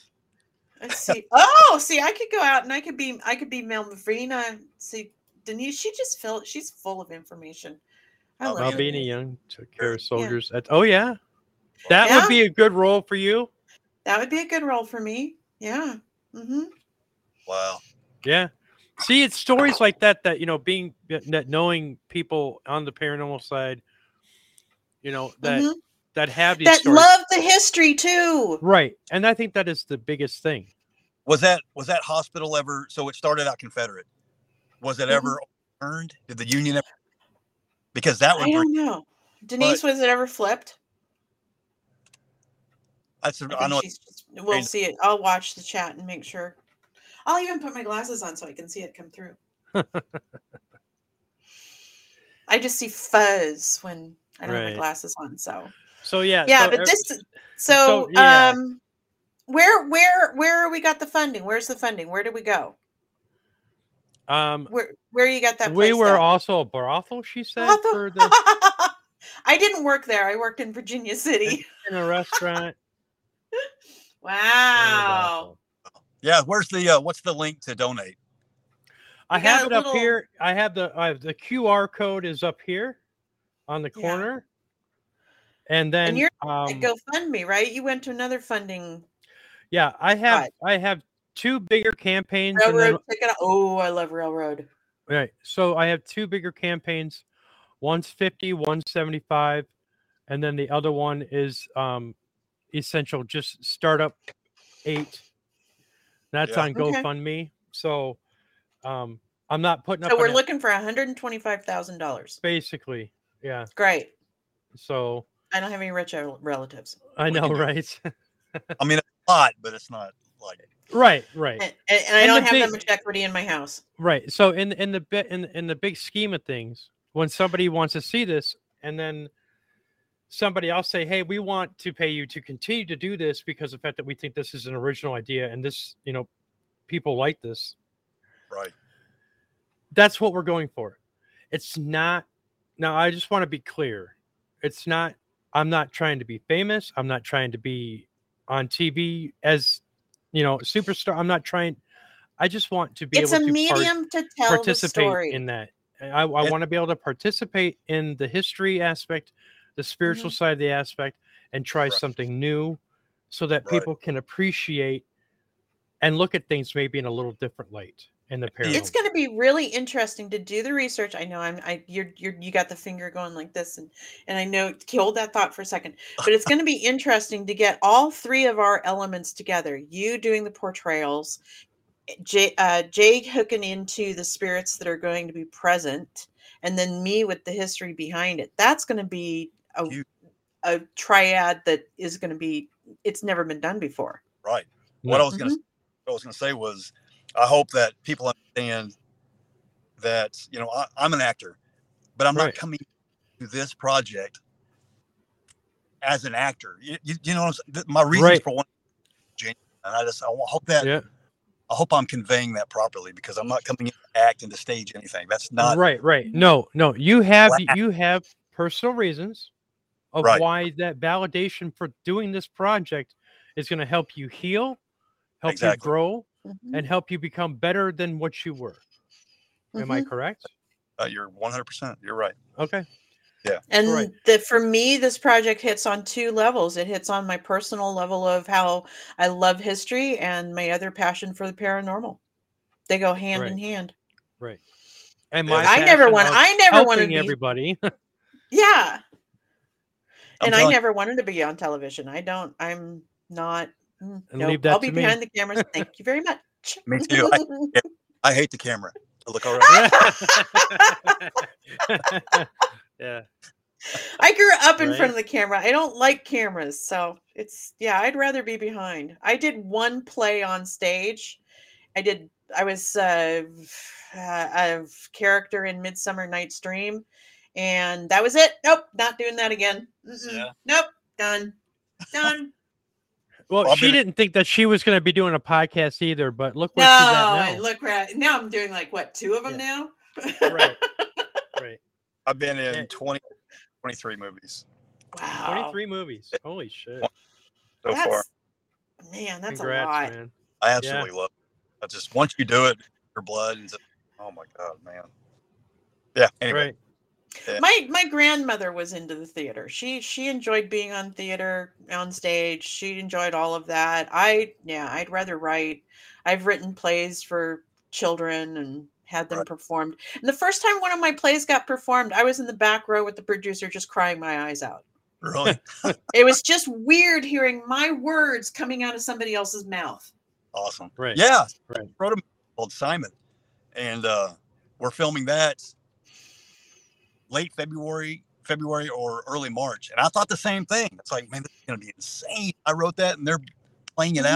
[SPEAKER 1] Let's see. Oh, see, I could go out and I could be I could be Malvina. See, Denise, she just fill she's full of information. I love
[SPEAKER 3] Malvina,
[SPEAKER 2] Malvina
[SPEAKER 1] Malvina.
[SPEAKER 2] Young took care of soldiers. At, oh yeah, that
[SPEAKER 1] Uh, Yeah.
[SPEAKER 2] would be a good role for you.
[SPEAKER 1] That would be a good role for me. Yeah. Mm-hmm.
[SPEAKER 3] Wow.
[SPEAKER 2] Yeah. See, it's stories like that that you know, being that knowing people on the paranormal side, you know that
[SPEAKER 1] Mhm.
[SPEAKER 2] that have these
[SPEAKER 1] That
[SPEAKER 2] stories.
[SPEAKER 1] love the history too.
[SPEAKER 2] right, and I think that is the biggest thing.
[SPEAKER 3] Was that was that hospital ever so it started out Confederate? Was
[SPEAKER 1] Mm-hmm.
[SPEAKER 3] it ever overturned? Did the Union ever because that would
[SPEAKER 1] I don't
[SPEAKER 3] bring
[SPEAKER 1] know. Denise, was it ever flipped?
[SPEAKER 3] that's
[SPEAKER 1] I
[SPEAKER 3] I
[SPEAKER 1] think
[SPEAKER 3] know
[SPEAKER 1] she's just- we'll
[SPEAKER 3] Great.
[SPEAKER 1] see it. I'll watch the chat and make sure. I'll even put my glasses on so I can see it come through. I just see fuzz when I don't have
[SPEAKER 2] Right.
[SPEAKER 1] my glasses on. So
[SPEAKER 2] So yeah,
[SPEAKER 1] yeah,
[SPEAKER 2] so
[SPEAKER 1] but
[SPEAKER 2] ev-
[SPEAKER 1] this so,
[SPEAKER 2] yeah.
[SPEAKER 1] um where where where we got the funding? Where's the funding? Where did we go?
[SPEAKER 2] um,
[SPEAKER 1] Where where you got that?
[SPEAKER 2] we
[SPEAKER 1] place
[SPEAKER 2] were
[SPEAKER 1] at?
[SPEAKER 2] also a brothel. She said
[SPEAKER 1] What the-
[SPEAKER 2] for the
[SPEAKER 1] I didn't work there. I worked in Virginia City.
[SPEAKER 2] in a restaurant. and a
[SPEAKER 1] Wow.
[SPEAKER 2] brothel.
[SPEAKER 3] yeah, where's the uh, what's the link to donate?
[SPEAKER 2] I
[SPEAKER 1] We got
[SPEAKER 2] have
[SPEAKER 1] a
[SPEAKER 2] it up
[SPEAKER 1] little-
[SPEAKER 2] here. I have the I have the QR code is up here on the
[SPEAKER 1] Yeah.
[SPEAKER 2] corner. And then
[SPEAKER 1] you're
[SPEAKER 2] um,
[SPEAKER 1] At GoFundMe, right? You went to another funding
[SPEAKER 2] Yeah, I have
[SPEAKER 1] Right.
[SPEAKER 2] I have two bigger campaigns. And then,
[SPEAKER 1] railroad. took it- oh, I love railroad.
[SPEAKER 2] right, so I have two bigger campaigns. One's 50, one's 75, and then the other one is um essential just startup 8. That's
[SPEAKER 3] Yeah.
[SPEAKER 2] on
[SPEAKER 1] Okay.
[SPEAKER 2] GoFundMe. So um I'm not putting up
[SPEAKER 1] So we're
[SPEAKER 2] an-
[SPEAKER 1] looking for one hundred and twenty-five thousand dollars.
[SPEAKER 2] basically. Yeah.
[SPEAKER 1] Great.
[SPEAKER 2] So
[SPEAKER 1] I don't have any rich rel- relatives.
[SPEAKER 2] I
[SPEAKER 3] We can
[SPEAKER 2] know,
[SPEAKER 3] do-
[SPEAKER 2] right?
[SPEAKER 3] I mean it's a lot, but it's not like
[SPEAKER 2] right, right.
[SPEAKER 1] And, and- and I
[SPEAKER 2] And the
[SPEAKER 1] don't have that
[SPEAKER 2] big-
[SPEAKER 1] much equity in my house.
[SPEAKER 2] Right. So in in the bit in in the big scheme of things, when somebody wants to see this, and then somebody else say, "Hey, we want to pay you to continue to do this because of the fact that we think this is an original idea and this, you know, people like this."
[SPEAKER 3] right.
[SPEAKER 2] That's what we're going for. It's not. Now, I just want to be clear. It's not. I'm not trying to be famous. I'm not trying to be on TV as, you know, superstar. I'm not trying. I just want to be
[SPEAKER 1] It's a
[SPEAKER 2] able to part-
[SPEAKER 1] medium to tell the
[SPEAKER 2] participate
[SPEAKER 1] story.
[SPEAKER 2] in that. I, I
[SPEAKER 3] Yeah.
[SPEAKER 2] want to be able to participate in the history aspect, the spiritual
[SPEAKER 1] Mm-hmm.
[SPEAKER 2] side of the aspect, and try
[SPEAKER 3] Right.
[SPEAKER 2] something new so that
[SPEAKER 3] Right.
[SPEAKER 2] people can appreciate and look at things maybe in a little different light in the paranormal.
[SPEAKER 1] it's going to be really interesting to do the research. I know I'm I you're you're you got the finger going like this and and I know hold that thought for a second. But it's going to be interesting to get all three of our elements together. You doing the portrayals, Jay, uh, Jake hooking into the spirits that are going to be present, and then me with the history behind it. That's going to be a
[SPEAKER 3] Huge.
[SPEAKER 1] a triad that is going to be it's never been done before.
[SPEAKER 3] Right. What I was
[SPEAKER 1] Mm-hmm.
[SPEAKER 3] gonna, what I was gonna say was, I hope that people understand that you know I, I'm an actor, but I'm
[SPEAKER 2] Right.
[SPEAKER 3] not coming to this project as an actor. You, you, you know, what I'm saying? Th- my reasons
[SPEAKER 2] Right.
[SPEAKER 3] for one, and I just I wa- hope that
[SPEAKER 2] Yeah.
[SPEAKER 3] I hope I'm conveying that properly because I'm not coming in to act and to stage anything. That's not
[SPEAKER 2] right, right. No, no. You have
[SPEAKER 3] Wow.
[SPEAKER 2] you have personal reasons of
[SPEAKER 3] Right.
[SPEAKER 2] why that validation for doing this project is going to help you heal, help you
[SPEAKER 3] Exactly.
[SPEAKER 2] grow,
[SPEAKER 1] Mhm.
[SPEAKER 2] and help you become better than what you were. Am I
[SPEAKER 1] Mhm.
[SPEAKER 2] correct?
[SPEAKER 3] Uh, you're 100. percent You're right.
[SPEAKER 2] Okay.
[SPEAKER 1] And
[SPEAKER 2] Right.
[SPEAKER 1] the, for me, this project hits on two levels. It hits on my personal level of how I love history and my other passion for the paranormal. They go hand in
[SPEAKER 2] Right.
[SPEAKER 1] hand.
[SPEAKER 2] And
[SPEAKER 3] Yeah.
[SPEAKER 2] my
[SPEAKER 1] I never
[SPEAKER 2] passion
[SPEAKER 1] want.
[SPEAKER 2] of
[SPEAKER 1] I never wanted to
[SPEAKER 2] helping
[SPEAKER 1] be.
[SPEAKER 2] everybody.
[SPEAKER 1] Yeah,
[SPEAKER 3] I'm
[SPEAKER 1] and I
[SPEAKER 3] telling-
[SPEAKER 1] never wanted to be on television. I don't. I'm not. mm,
[SPEAKER 2] And
[SPEAKER 1] nope,
[SPEAKER 2] leave that
[SPEAKER 1] I'll
[SPEAKER 2] to
[SPEAKER 1] be
[SPEAKER 2] me.
[SPEAKER 1] behind the cameras. Thank you very much.
[SPEAKER 3] Me too. I, I hate the camera. I look all right.
[SPEAKER 2] yeah.
[SPEAKER 1] I grew up in
[SPEAKER 2] Right.
[SPEAKER 1] front of the camera. I don't like cameras, so it's yeah, I'd rather be behind. I did one play on stage. I did I was uh, f- uh, a f- character in Midsummer Night's Dream and that was it. Nope, not doing that again. Mm-mm.
[SPEAKER 3] Yeah.
[SPEAKER 1] Nope, done. Done.
[SPEAKER 2] Well,
[SPEAKER 3] Well, I've
[SPEAKER 2] she
[SPEAKER 3] been-
[SPEAKER 2] didn't think that she was going to be doing a podcast either, but look
[SPEAKER 1] no,
[SPEAKER 2] where she's at
[SPEAKER 1] I
[SPEAKER 2] now.
[SPEAKER 1] look right now I'm doing like what, two of them now?
[SPEAKER 2] right. Right.
[SPEAKER 3] I've been
[SPEAKER 2] Yeah.
[SPEAKER 3] in 20, 23 movies
[SPEAKER 1] wow.
[SPEAKER 2] 23 movies. Holy shit.
[SPEAKER 3] so far.
[SPEAKER 1] That's- Man, that's
[SPEAKER 2] Congrats,
[SPEAKER 1] a lot.
[SPEAKER 2] man.
[SPEAKER 3] I absolutely love. It. I just once you do it, your blood. And just, oh my god, man. Yeah. Anyway,
[SPEAKER 2] Right.
[SPEAKER 3] Yeah.
[SPEAKER 1] my my grandmother was into the theater she she enjoyed being on theater on stage she enjoyed all of that i yeah i'd rather write i've written plays for children and had them
[SPEAKER 3] Right.
[SPEAKER 1] performed and the first time one of my plays got performed i was in the back row with the producer just crying my eyes out
[SPEAKER 3] really
[SPEAKER 1] it was just weird hearing my words coming out of somebody else's mouth
[SPEAKER 3] awesome.
[SPEAKER 2] Right.
[SPEAKER 3] Yeah.
[SPEAKER 2] Right.
[SPEAKER 3] Wrote a called Simon, and uh, we're filming that late February, February or early March. And I thought the same thing. It's like, man, this is gonna be insane. I wrote that, and they're playing it
[SPEAKER 2] Mm-hmm.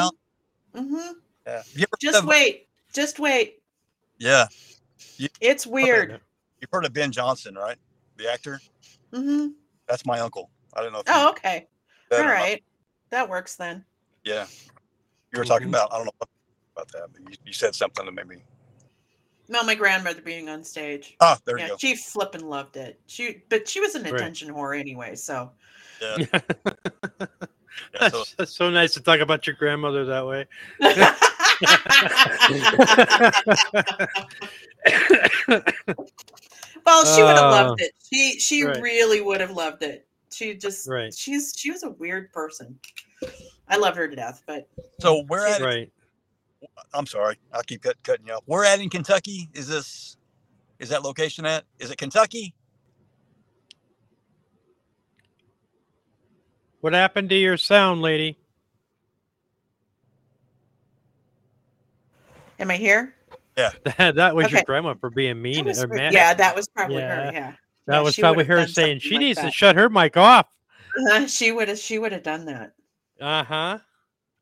[SPEAKER 1] Mhm. hmm
[SPEAKER 3] out. Yeah. Have you ever heard
[SPEAKER 1] just
[SPEAKER 3] of-
[SPEAKER 1] wait just wait
[SPEAKER 3] Yeah.
[SPEAKER 1] it's weird
[SPEAKER 2] Okay.
[SPEAKER 3] You've heard of Ben Johnson, right? The actor.
[SPEAKER 1] hmm
[SPEAKER 3] That's my uncle. I don't know. If you
[SPEAKER 1] oh
[SPEAKER 3] knew
[SPEAKER 1] okay
[SPEAKER 3] that
[SPEAKER 1] all
[SPEAKER 3] or not.
[SPEAKER 1] right that works then
[SPEAKER 3] Yeah. You were talking
[SPEAKER 2] Mhm.
[SPEAKER 3] about. I don't know about that, but you, you said something that made me.
[SPEAKER 1] No, my grandmother being on stage.
[SPEAKER 3] Ah, there
[SPEAKER 1] yeah,
[SPEAKER 3] you go.
[SPEAKER 1] she flippin' loved it. She, but she was an
[SPEAKER 2] Right.
[SPEAKER 1] attention whore anyway. So
[SPEAKER 3] Yeah. yeah so,
[SPEAKER 2] That's, that's so nice to talk about your grandmother that way.
[SPEAKER 1] well, she would have
[SPEAKER 2] Uh,
[SPEAKER 1] loved it. She she
[SPEAKER 2] right.
[SPEAKER 1] really would have loved it. She just
[SPEAKER 2] Right.
[SPEAKER 1] she's she was a weird person. I love her to death, but
[SPEAKER 3] so we're at.
[SPEAKER 2] right.
[SPEAKER 3] I'm sorry. I keep cut, cutting you off. We're at in Kentucky. Is this? Is that location at? Is it Kentucky?
[SPEAKER 2] What happened to your sound, lady?
[SPEAKER 1] am I here?
[SPEAKER 2] That, that was your
[SPEAKER 1] Okay.
[SPEAKER 2] grandma for being mean.
[SPEAKER 1] That was
[SPEAKER 2] or
[SPEAKER 1] her-
[SPEAKER 2] mad.
[SPEAKER 1] yeah, that was probably
[SPEAKER 2] Yeah.
[SPEAKER 1] her. Yeah,
[SPEAKER 2] That
[SPEAKER 1] yeah,
[SPEAKER 2] was
[SPEAKER 1] she
[SPEAKER 2] probably
[SPEAKER 1] would've
[SPEAKER 2] her
[SPEAKER 1] done
[SPEAKER 2] saying
[SPEAKER 1] something
[SPEAKER 2] she
[SPEAKER 1] like
[SPEAKER 2] needs to
[SPEAKER 1] that."
[SPEAKER 2] shut her mic off.
[SPEAKER 1] she would have she would have done that.
[SPEAKER 2] Uh huh.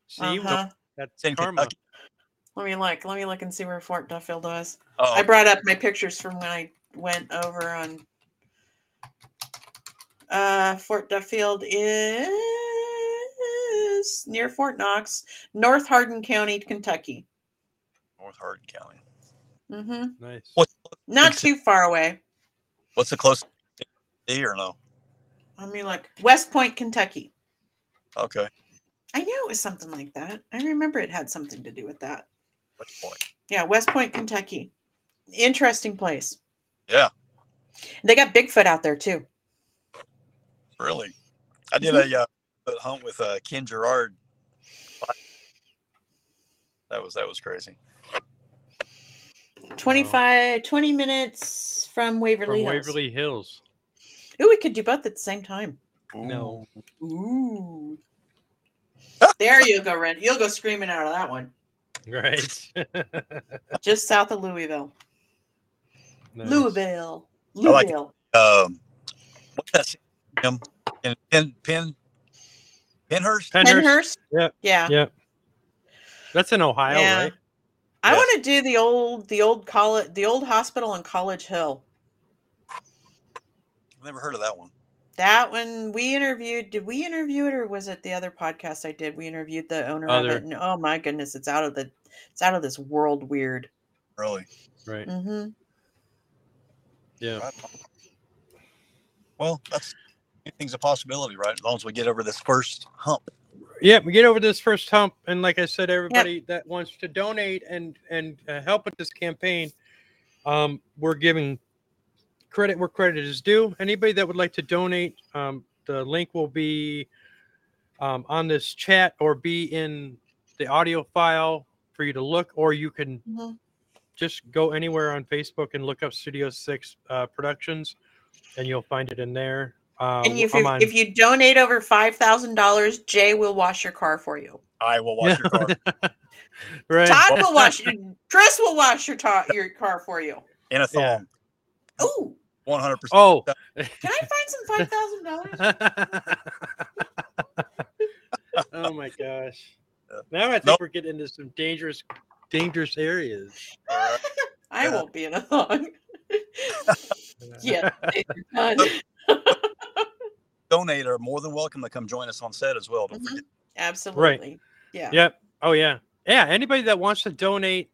[SPEAKER 2] See,
[SPEAKER 1] Uh-huh.
[SPEAKER 2] that's
[SPEAKER 3] Same
[SPEAKER 2] karma.
[SPEAKER 3] Kentucky.
[SPEAKER 1] Let me look. Let me look and see where Fort Duffield was.
[SPEAKER 3] Oh,
[SPEAKER 1] I brought up my pictures from when I went over on uh, Fort Duffield is near Fort Knox, North Hardin County, Kentucky.
[SPEAKER 3] North Hardin County.
[SPEAKER 1] hmm
[SPEAKER 2] Nice.
[SPEAKER 3] What-
[SPEAKER 1] Not
[SPEAKER 3] Exa-
[SPEAKER 1] too far away.
[SPEAKER 3] What's the closest? city or no?
[SPEAKER 1] I mean, like West Point, Kentucky.
[SPEAKER 3] Okay.
[SPEAKER 1] I knew it was something like that. I remember it had something to do with that.
[SPEAKER 3] What's the point?
[SPEAKER 1] Yeah, West Point, Kentucky. Interesting place.
[SPEAKER 3] Yeah.
[SPEAKER 1] They got Bigfoot out there too.
[SPEAKER 3] Really? I did
[SPEAKER 2] Mm-hmm.
[SPEAKER 3] a uh, a hunt with uh, Ken Gerard. That was that was crazy. Oh.
[SPEAKER 1] 25, 20 minutes from Waverly.
[SPEAKER 2] From
[SPEAKER 1] Hills.
[SPEAKER 2] Waverly Hills.
[SPEAKER 1] Ooh, we could do both at the same time.
[SPEAKER 2] No.
[SPEAKER 3] Ooh.
[SPEAKER 1] Ooh. there you go, Ren. You'll go screaming out of that one.
[SPEAKER 2] Right.
[SPEAKER 1] Just south of Louisville.
[SPEAKER 2] Nice.
[SPEAKER 1] Louisville.
[SPEAKER 3] like it.
[SPEAKER 1] Louisville.
[SPEAKER 3] Um, what's that? city, Jim? In Penn, Penn, Penhurst.
[SPEAKER 2] Penhurst.
[SPEAKER 1] Penhurst?
[SPEAKER 2] Yep.
[SPEAKER 1] Yeah.
[SPEAKER 2] Yep. That's in Ohio,
[SPEAKER 1] Yeah.
[SPEAKER 2] right?
[SPEAKER 1] I
[SPEAKER 3] Yeah.
[SPEAKER 1] want to do the old, the old college, the old hospital on College Hill.
[SPEAKER 3] I've never heard of that one.
[SPEAKER 1] That one we interviewed. Did we interview it, or was it the other podcast I did? We interviewed the owner of
[SPEAKER 2] Other.
[SPEAKER 1] it, and oh my goodness, it's out of the, it's out of this world weird.
[SPEAKER 3] Really?
[SPEAKER 2] Right.
[SPEAKER 1] hmm
[SPEAKER 2] Yeah.
[SPEAKER 3] Well, that's anything's a possibility, right? As long as we get over this first hump.
[SPEAKER 2] Yeah. We get over this first hump, and like I said, everybody that wants to donate and and uh, help with this campaign, um, we're giving credit where credit is due. Anybody that would like to donate, um, the link will be um, on this chat or be in the audio file for you to look, or you can
[SPEAKER 1] Mhm.
[SPEAKER 2] just go anywhere on Facebook and look up Studio Six uh, Productions, and you'll find it in there. Um,
[SPEAKER 1] and if
[SPEAKER 2] I'm
[SPEAKER 1] you
[SPEAKER 2] on-
[SPEAKER 1] if you donate over five thousand dollars, Jay will wash your car for you.
[SPEAKER 3] I will
[SPEAKER 2] Yeah.
[SPEAKER 3] watch your car.
[SPEAKER 2] right.
[SPEAKER 1] Todd will wash. your- Chris will wash your tar, your car for you.
[SPEAKER 3] In a
[SPEAKER 2] Yeah.
[SPEAKER 3] thong.
[SPEAKER 1] Ooh,
[SPEAKER 3] One hundred percent.
[SPEAKER 2] Oh,
[SPEAKER 1] can I find some five thousand dollars?
[SPEAKER 2] oh my gosh! Now I think
[SPEAKER 3] Uh, Nope.
[SPEAKER 2] we're getting into some dangerous, dangerous areas.
[SPEAKER 1] I
[SPEAKER 3] Yeah.
[SPEAKER 1] won't be in a thong. yeah, you're done.
[SPEAKER 3] Donate are more than welcome to come join us on set as well. Don't
[SPEAKER 1] Mhm.
[SPEAKER 3] forget.
[SPEAKER 1] absolutely. Yeah.
[SPEAKER 2] Yep. Oh yeah. Yeah. Anybody that wants to donate,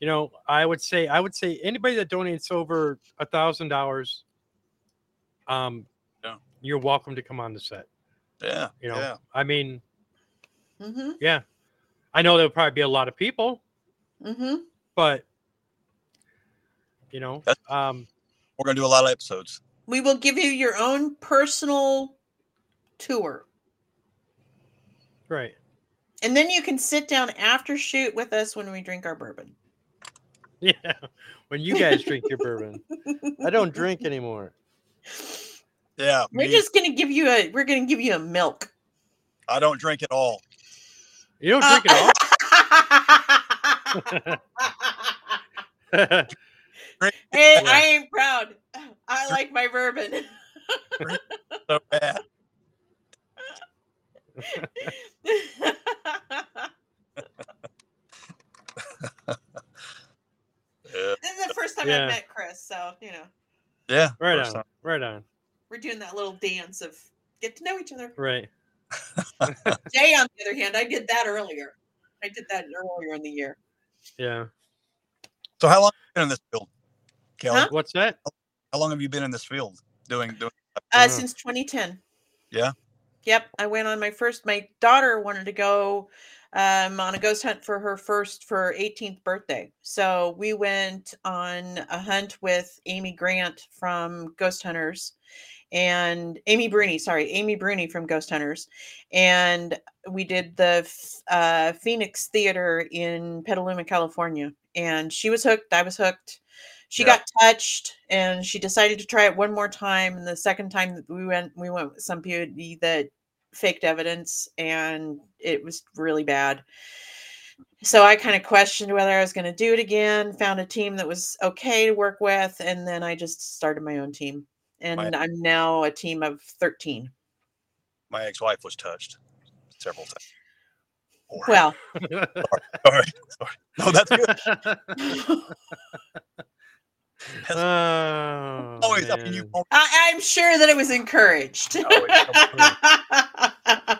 [SPEAKER 2] you know, I would say I would say anybody that donates over a thousand dollars, um,
[SPEAKER 3] Yeah.
[SPEAKER 2] you're welcome to come on the set.
[SPEAKER 3] Yeah.
[SPEAKER 2] You know,
[SPEAKER 3] Yeah.
[SPEAKER 2] I mean,
[SPEAKER 1] Mm-hmm.
[SPEAKER 2] I know there'll probably be a lot of people,
[SPEAKER 1] Mm-hmm.
[SPEAKER 2] but you know,
[SPEAKER 3] That's-
[SPEAKER 2] um,
[SPEAKER 3] We're gonna do a lot of episodes.
[SPEAKER 1] We will give you your own personal tour.
[SPEAKER 2] right?
[SPEAKER 1] And then you can sit down after shoot with us when we drink our bourbon.
[SPEAKER 2] Yeah. When you guys drink your bourbon, I don't drink anymore.
[SPEAKER 3] Yeah.
[SPEAKER 1] We're
[SPEAKER 3] me,
[SPEAKER 1] just gonna give you a we're gonna give you a milk.
[SPEAKER 3] I don't drink at all.
[SPEAKER 2] You don't drink it all.
[SPEAKER 1] hey,
[SPEAKER 2] Yeah.
[SPEAKER 1] I ain't proud. I like my bourbon.
[SPEAKER 3] So bad. Yeah.
[SPEAKER 1] this is the first time
[SPEAKER 2] Yeah.
[SPEAKER 1] I've met Chris, so you know
[SPEAKER 3] Yeah.
[SPEAKER 2] right
[SPEAKER 3] first
[SPEAKER 2] on.
[SPEAKER 3] time.
[SPEAKER 2] Right on.
[SPEAKER 1] we're doing that little dance of get to know each other.
[SPEAKER 2] Right.
[SPEAKER 1] Jay, on the other hand, I did that earlier. I did that earlier in the year.
[SPEAKER 2] Yeah.
[SPEAKER 3] So how long have you been in this field? Kel,
[SPEAKER 1] Huh?
[SPEAKER 2] What's that?
[SPEAKER 3] how long have you been in this field doing doing
[SPEAKER 1] Uh,
[SPEAKER 2] Wow.
[SPEAKER 1] since 2010.
[SPEAKER 3] Yeah?
[SPEAKER 1] Yep. I went on my first. My daughter wanted to go um, on a ghost hunt for her first for her 18th birthday. So we went on a hunt with Amy Grant from Ghost Hunters and Amy Bruni. Sorry, Amy Bruni from Ghost Hunters, and we did the F- uh, Phoenix Theater in Petaluma, California. And she was hooked. I was hooked. She
[SPEAKER 3] Yeah.
[SPEAKER 1] got touched, and she decided to try it one more time. And the second time that we went, we went with some beauty that faked evidence, and it was really bad. So I kind of questioned whether I was going to do it again. Found a team that was okay to work with, and then I just started my own team and
[SPEAKER 3] Right.
[SPEAKER 1] I'm now a team of 13.
[SPEAKER 3] my ex-wife was touched several times. Or-
[SPEAKER 1] Well,
[SPEAKER 3] Sorry, sorry. No, that's good.
[SPEAKER 2] oh,
[SPEAKER 3] Always up in you.
[SPEAKER 2] man.
[SPEAKER 1] I, I'm sure that it was encouraged.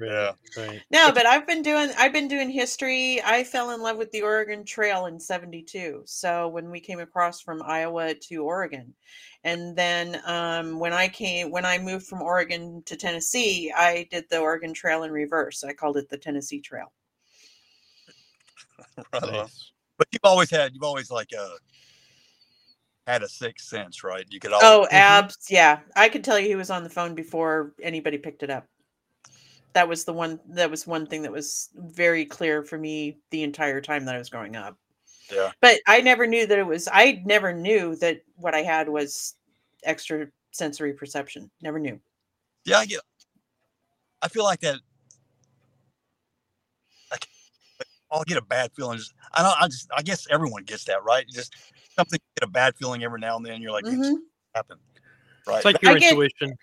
[SPEAKER 3] Yeah.
[SPEAKER 2] Right.
[SPEAKER 1] no, but I've been doing I've been doing history. I fell in love with the Oregon Trail in 72. So when we came across from Iowa to Oregon. And then um, when I came when I moved from Oregon to Tennessee, I did the Oregon Trail in reverse. I called it the Tennessee Trail.
[SPEAKER 3] Right on.
[SPEAKER 2] Nice.
[SPEAKER 3] But you've always had, you've always like uh had a sixth sense, right? You could always,
[SPEAKER 1] Oh, abs. Yeah, I could tell you he was on the phone before anybody picked it up. That was the one. That was one thing that was very clear for me the entire time that I was growing up.
[SPEAKER 3] yeah,
[SPEAKER 1] But I never knew that it was. I never knew that what I had was extra sensory perception. Never knew.
[SPEAKER 3] yeah. I get. I feel like that. I c- I'll get a bad feeling. Just, I don't. I just. I guess everyone gets that, right? Just something. You get a bad feeling every now and then. You're like, "Man,
[SPEAKER 1] Mhm.
[SPEAKER 3] this happened, right?
[SPEAKER 2] It's like your
[SPEAKER 1] I get-
[SPEAKER 2] intuition.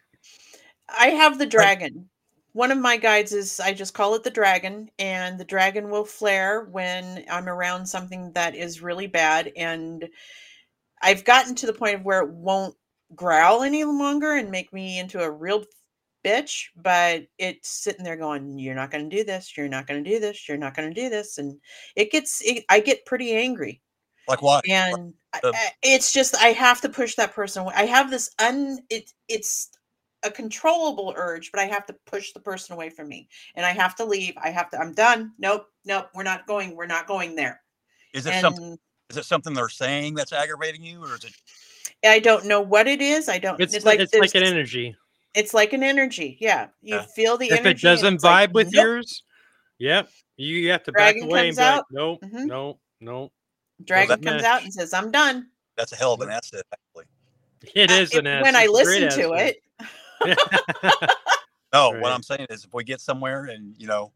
[SPEAKER 1] I have the dragon. one of my guides is I just call it the dragon, and the dragon will flare when I'm around something that is really bad. And I've gotten to the point of where it won't growl any longer and make me into a real bitch, but it's sitting there going, You're not going to do this. You're not going to do this. You're not going to do this. And it gets, it, I get pretty angry.
[SPEAKER 3] Like what?
[SPEAKER 1] And like the- I, I, it's just, I have to push that person away. I have this un, it, it's, a controllable urge, but I have to push the person away from me and I have to leave. I have to, I'm done. Nope, nope, we're not going, we're not going there.
[SPEAKER 3] Is it and something is it something they're saying that's aggravating you or is it
[SPEAKER 1] I don't know what it is. I don't
[SPEAKER 2] it's, it's like, like it's like an energy.
[SPEAKER 1] It's like an energy. Yeah. You yeah. feel the
[SPEAKER 2] if
[SPEAKER 1] energy.
[SPEAKER 2] If it doesn't vibe like, with nope. yours, yep. Yeah, you, you have to Dragon back away and be out. like, nope, mm-hmm. no, no.
[SPEAKER 1] Dragon well, comes match. out and says, I'm done.
[SPEAKER 3] That's a hell of an asset, actually.
[SPEAKER 2] It is an asset.
[SPEAKER 1] When I listen to it,
[SPEAKER 3] no, right. what I'm saying is if we get somewhere and you know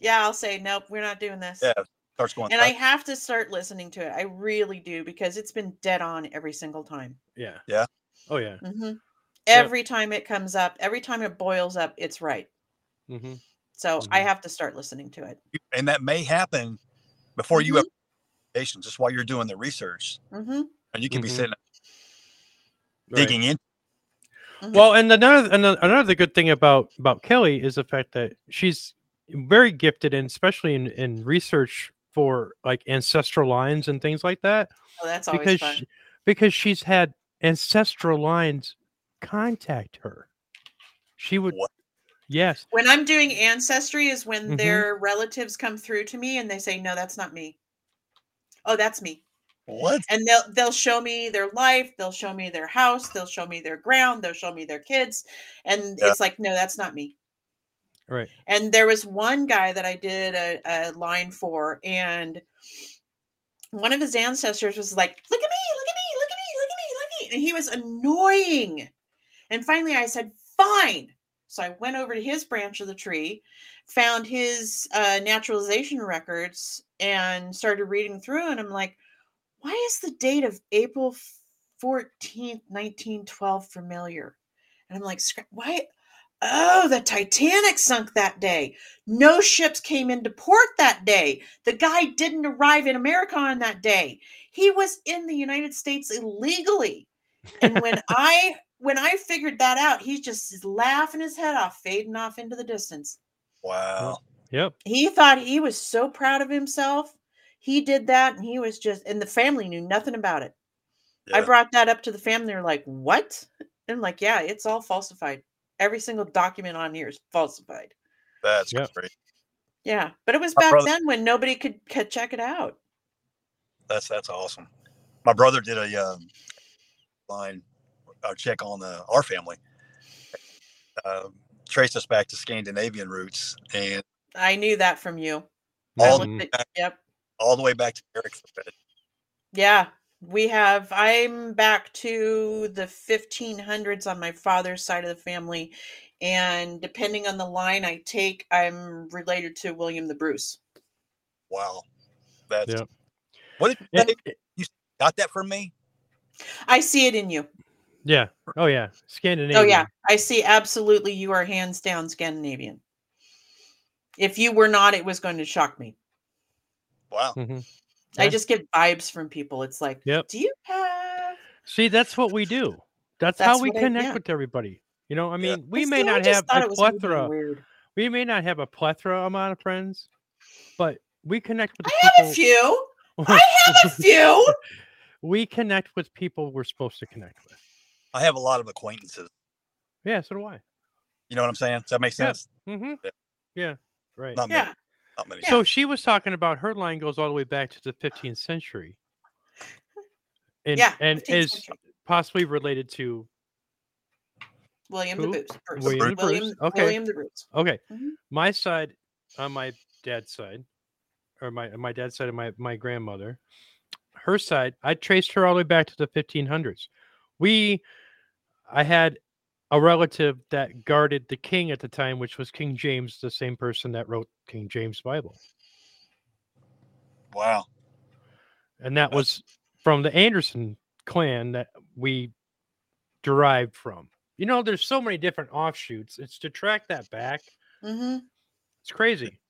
[SPEAKER 1] Yeah, I'll say nope, we're not doing this.
[SPEAKER 3] Yeah, starts going
[SPEAKER 1] and back. I have to start listening to it. I really do because it's been dead on every single time.
[SPEAKER 2] Yeah.
[SPEAKER 3] Yeah.
[SPEAKER 2] Oh yeah.
[SPEAKER 1] Mm-hmm. Every yeah. time it comes up, every time it boils up, it's right.
[SPEAKER 2] Mm-hmm.
[SPEAKER 1] So mm-hmm. I have to start listening to it.
[SPEAKER 3] And that may happen before you have patients, just while you're doing the research.
[SPEAKER 1] And
[SPEAKER 3] you can be sitting digging right. in
[SPEAKER 2] Mm-hmm. Well, and another, another another good thing about about Kelly is the fact that she's very gifted, and especially in in research for like ancestral lines and things like that.
[SPEAKER 1] Oh, that's
[SPEAKER 2] because
[SPEAKER 1] always fun. She,
[SPEAKER 2] because she's had ancestral lines contact her. She would. What? Yes.
[SPEAKER 1] When I'm doing ancestry, is when mm-hmm. their relatives come through to me and they say, "No, that's not me. Oh, that's me."
[SPEAKER 3] What?
[SPEAKER 1] And they'll they'll show me their life, they'll show me their house, they'll show me their ground, they'll show me their kids, and yeah. it's like, no, that's not me.
[SPEAKER 2] Right.
[SPEAKER 1] And there was one guy that I did a, a, line for, and one of his ancestors was like, "Look at me! Look at me! Look at me! Look at me! Look at me!" And he was annoying. And finally, I said, "Fine." So I went over to his branch of the tree, found his uh, naturalization records, and started reading through. And I'm like why is the date of April 14th, 1912 familiar? And I'm like, why? Oh, the Titanic sunk that day. No ships came into port that day. The guy didn't arrive in America on that day. He was in the United States illegally. And when I when I figured that out, he's just laughing his head off, fading off into the distance.
[SPEAKER 3] Wow.
[SPEAKER 2] Yep.
[SPEAKER 1] He thought he was so proud of himself he did that and he was just and the family knew nothing about it yeah. i brought that up to the family they're like what and I'm like yeah it's all falsified every single document on here is falsified
[SPEAKER 3] that's yeah. great
[SPEAKER 1] yeah but it was my back brother, then when nobody could, could check it out
[SPEAKER 3] that's that's awesome my brother did a um, line a check on the, our family uh, traced us back to scandinavian roots and
[SPEAKER 1] i knew that from you
[SPEAKER 3] all the,
[SPEAKER 1] at, yep
[SPEAKER 3] all the way back to Eric.
[SPEAKER 1] Yeah, we have. I'm back to the 1500s on my father's side of the family, and depending on the line I take, I'm related to William the Bruce.
[SPEAKER 3] Wow, that's yeah. what did you, say? you got that from me?
[SPEAKER 1] I see it in you.
[SPEAKER 2] Yeah. Oh yeah, Scandinavian.
[SPEAKER 1] Oh yeah, I see. Absolutely, you are hands down Scandinavian. If you were not, it was going to shock me.
[SPEAKER 3] Wow. Mm-hmm.
[SPEAKER 1] I yeah. just get vibes from people. It's like,
[SPEAKER 2] yep.
[SPEAKER 1] do you have?
[SPEAKER 2] See, that's what we do. That's, that's how we connect I, yeah. with everybody. You know, I mean, yeah. we I may not have a plethora. We may not have a plethora amount of friends, but we connect with.
[SPEAKER 1] I people. have a few. I have a few.
[SPEAKER 2] we connect with people we're supposed to connect with.
[SPEAKER 3] I have a lot of acquaintances.
[SPEAKER 2] Yeah, so do I.
[SPEAKER 3] You know what I'm saying? Does that make sense?
[SPEAKER 2] Mm-hmm. Yeah. Right.
[SPEAKER 1] Not yeah. Me.
[SPEAKER 2] Yeah. So she was talking about her line goes all the way back to the 15th century, and
[SPEAKER 1] yeah,
[SPEAKER 2] and is century. possibly related to
[SPEAKER 1] William who? the Bruce.
[SPEAKER 2] William, Bruce. William, okay.
[SPEAKER 1] William the Bruce.
[SPEAKER 2] Okay, mm-hmm. my side on my dad's side, or my my dad's side of my my grandmother, her side, I traced her all the way back to the 1500s. We, I had a relative that guarded the king at the time, which was King James, the same person that wrote King James Bible.
[SPEAKER 3] Wow.
[SPEAKER 2] And that That's... was from the Anderson clan that we derived from. You know, there's so many different offshoots. It's to track that back
[SPEAKER 1] Mm-hmm.
[SPEAKER 2] It's crazy.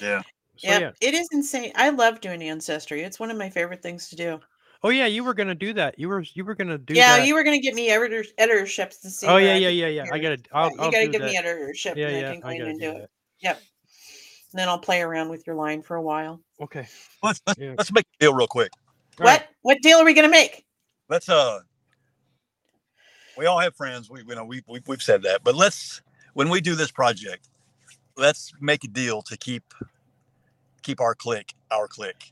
[SPEAKER 3] Yeah.
[SPEAKER 2] So,
[SPEAKER 1] yep.
[SPEAKER 2] yeah.
[SPEAKER 1] It is insane. I love doing ancestry. It's one of my favorite things to do.
[SPEAKER 2] Oh yeah, you were gonna do that. You were you were gonna do
[SPEAKER 1] yeah,
[SPEAKER 2] that.
[SPEAKER 1] you were gonna get me editor editorships to see.
[SPEAKER 2] oh
[SPEAKER 1] where
[SPEAKER 2] yeah,
[SPEAKER 1] I
[SPEAKER 2] yeah,
[SPEAKER 1] could-
[SPEAKER 2] yeah, yeah. I
[SPEAKER 1] here.
[SPEAKER 2] gotta. I'll,
[SPEAKER 1] you
[SPEAKER 2] I'll
[SPEAKER 1] gotta
[SPEAKER 2] do
[SPEAKER 1] give
[SPEAKER 2] that.
[SPEAKER 1] me editorship,
[SPEAKER 2] yeah,
[SPEAKER 1] and
[SPEAKER 2] yeah.
[SPEAKER 1] I can go
[SPEAKER 2] I
[SPEAKER 1] in
[SPEAKER 2] gotta
[SPEAKER 1] and do
[SPEAKER 2] do
[SPEAKER 1] it.
[SPEAKER 2] that.
[SPEAKER 1] And then I'll play around with your line for a while.
[SPEAKER 2] Okay.
[SPEAKER 3] Let's let's,
[SPEAKER 2] Yeah.
[SPEAKER 3] let's make a deal real quick.
[SPEAKER 2] All
[SPEAKER 1] what
[SPEAKER 2] right.
[SPEAKER 1] what deal are we gonna make?
[SPEAKER 3] Let's uh, we all have friends. We you know we, we we've said that, but let's when we do this project, let's make a deal to keep keep our click our click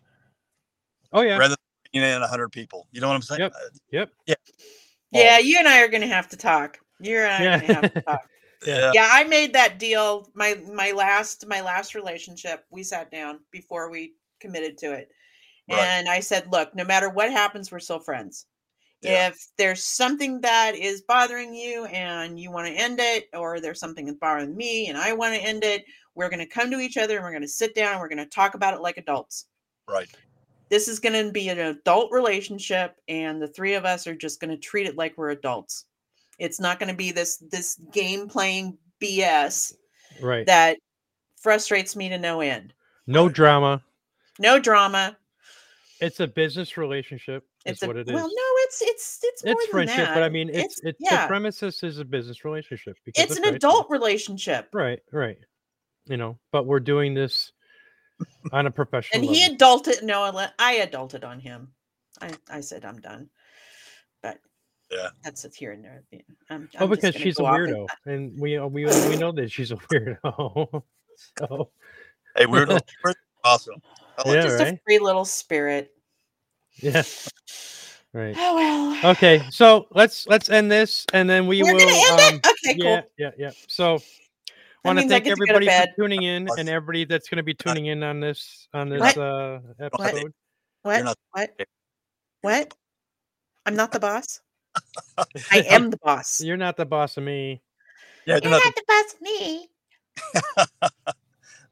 [SPEAKER 2] Oh yeah.
[SPEAKER 3] rather than bringing in 100 people. You know what I'm saying?
[SPEAKER 2] Yep.
[SPEAKER 3] Uh,
[SPEAKER 2] Yep.
[SPEAKER 1] Yeah, you and I are gonna have to talk. You and I
[SPEAKER 2] Oh. Yeah.
[SPEAKER 1] are gonna have to talk.
[SPEAKER 3] Yeah.
[SPEAKER 1] yeah i made that deal my my last my last relationship we sat down before we committed to it
[SPEAKER 3] Right.
[SPEAKER 1] and i said look no matter what happens we're still friends
[SPEAKER 3] Yeah.
[SPEAKER 1] if there's something that is bothering you and you want to end it or there's something that's bothering me and i want to end it we're going to come to each other and we're going to sit down and we're going to talk about it like adults
[SPEAKER 3] Right.
[SPEAKER 1] this is going to be an adult relationship and the three of us are just going to treat it like we're adults it's not going to be this this game playing bs
[SPEAKER 2] Right.
[SPEAKER 1] that frustrates me to no end.
[SPEAKER 2] No drama.
[SPEAKER 1] No drama.
[SPEAKER 2] It's a business relationship. Is
[SPEAKER 1] a
[SPEAKER 2] what it is.
[SPEAKER 1] well, no, it's it's it's more
[SPEAKER 2] it's
[SPEAKER 1] than
[SPEAKER 2] friendship,
[SPEAKER 1] that.
[SPEAKER 2] but I mean, it's it's,
[SPEAKER 1] yeah,
[SPEAKER 2] the premises is a business relationship. Because
[SPEAKER 1] it's
[SPEAKER 2] of
[SPEAKER 1] an
[SPEAKER 2] friendship.
[SPEAKER 1] adult relationship,
[SPEAKER 2] Right. Right. You know, but we're doing this on a professional.
[SPEAKER 1] and he
[SPEAKER 2] level.
[SPEAKER 1] adulted. No, I let- I adulted on him. I I said I'm done, but
[SPEAKER 3] Yeah.
[SPEAKER 1] that's it here and there. yeah, I'm,
[SPEAKER 2] Oh,
[SPEAKER 1] I'm just
[SPEAKER 2] because
[SPEAKER 1] gonna
[SPEAKER 2] she's a
[SPEAKER 1] go off and-
[SPEAKER 2] weirdo, and we uh, we we know that she's a weirdo. so
[SPEAKER 3] Hey, we're we're awesome. I like
[SPEAKER 2] Yeah,
[SPEAKER 3] it.
[SPEAKER 1] just
[SPEAKER 2] right?
[SPEAKER 1] a free little spirit.
[SPEAKER 2] yeah, right.
[SPEAKER 1] Oh well.
[SPEAKER 2] Okay, so let's let's end this, and then we
[SPEAKER 1] We're
[SPEAKER 2] will.
[SPEAKER 1] gonna end
[SPEAKER 2] um,
[SPEAKER 1] it. Okay,
[SPEAKER 2] yeah,
[SPEAKER 1] cool.
[SPEAKER 2] yeah, yeah. So,
[SPEAKER 1] That
[SPEAKER 2] want to
[SPEAKER 1] means I
[SPEAKER 2] thank
[SPEAKER 1] get to go to
[SPEAKER 2] everybody for
[SPEAKER 1] bed.
[SPEAKER 2] tuning in,
[SPEAKER 3] Awesome.
[SPEAKER 2] and everybody that's going to be tuning in on this on this
[SPEAKER 1] What?
[SPEAKER 2] uh episode.
[SPEAKER 1] What?
[SPEAKER 3] not-
[SPEAKER 1] what?
[SPEAKER 3] you're
[SPEAKER 1] What? I'm not the boss. I am the boss.
[SPEAKER 2] You're not the boss of me.
[SPEAKER 3] Yeah, you're not
[SPEAKER 1] the boss of me.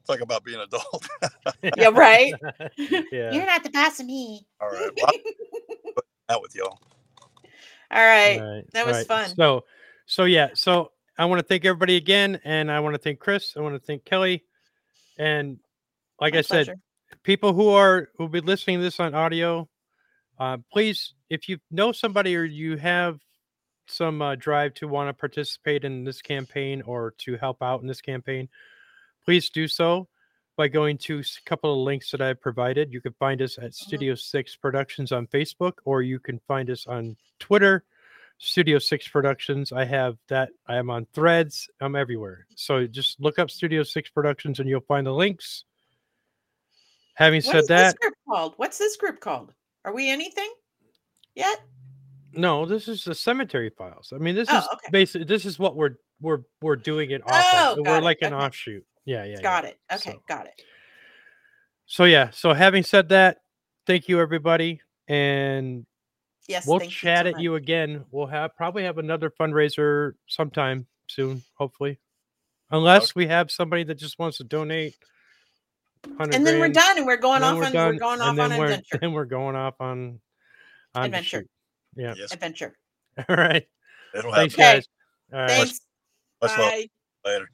[SPEAKER 3] talk about being adult.
[SPEAKER 1] Yeah, right.
[SPEAKER 2] yeah.
[SPEAKER 1] not the boss of me.
[SPEAKER 3] All
[SPEAKER 1] All
[SPEAKER 3] right. Well, I'm out with y'all.
[SPEAKER 1] right.
[SPEAKER 2] All right,
[SPEAKER 1] That
[SPEAKER 2] all
[SPEAKER 1] was
[SPEAKER 2] right.
[SPEAKER 1] fun.
[SPEAKER 2] So, so yeah. So I want to thank everybody again, and I want to thank Chris. I want to thank Kelly, and like
[SPEAKER 1] My
[SPEAKER 2] I said,
[SPEAKER 1] pleasure.
[SPEAKER 2] people who are who'll be listening to this on audio, uh, please, if you know somebody or you have some uh, drive to want to participate in this campaign or to help out in this campaign, please do so by going to a couple of links that I provided. You can find us at
[SPEAKER 1] Mm-hmm.
[SPEAKER 2] Studio Six Productions on Facebook, or you can find us on Twitter. Studio Six Productions. I have that. I am on Threads. I'm everywhere. So just look up Studio Six Productions, and you'll find the links. Having
[SPEAKER 1] What
[SPEAKER 2] said
[SPEAKER 1] is
[SPEAKER 2] that,
[SPEAKER 1] this group called? What's this group called? Are we anything yet?
[SPEAKER 2] No, this is the cemetery files. I mean, this
[SPEAKER 1] Oh,
[SPEAKER 2] is
[SPEAKER 1] okay.
[SPEAKER 2] basically this is what we're we're we're doing it off.
[SPEAKER 1] Oh,
[SPEAKER 2] of. We're
[SPEAKER 1] got it.
[SPEAKER 2] like an
[SPEAKER 1] Okay.
[SPEAKER 2] offshoot. Yeah, yeah. yeah.
[SPEAKER 1] got it. Okay,
[SPEAKER 2] so-
[SPEAKER 1] got it.
[SPEAKER 2] So yeah. So having said that, thank you everybody, and
[SPEAKER 1] Yes.
[SPEAKER 2] we'll
[SPEAKER 1] thank
[SPEAKER 2] chat
[SPEAKER 1] you so
[SPEAKER 2] at
[SPEAKER 1] much.
[SPEAKER 2] you again. We'll have probably have another fundraiser sometime soon, hopefully, unless we have somebody that just wants to donate. 100
[SPEAKER 1] And then we're
[SPEAKER 2] grand,
[SPEAKER 1] done, and we're going
[SPEAKER 2] and then
[SPEAKER 1] off
[SPEAKER 2] we're
[SPEAKER 1] on
[SPEAKER 2] done,
[SPEAKER 1] we're going
[SPEAKER 2] and
[SPEAKER 1] off
[SPEAKER 2] then
[SPEAKER 1] on an
[SPEAKER 2] we're,
[SPEAKER 1] adventure.
[SPEAKER 2] Then we're going off on on the
[SPEAKER 1] Adventure.
[SPEAKER 2] Yeah.
[SPEAKER 3] Yes.
[SPEAKER 1] Adventure.
[SPEAKER 2] shoot. All right.
[SPEAKER 3] It'll happen.
[SPEAKER 2] Thanks,
[SPEAKER 1] Okay.
[SPEAKER 2] guys. All right.
[SPEAKER 1] Thanks.
[SPEAKER 3] Much love.
[SPEAKER 1] Bye.
[SPEAKER 3] Later.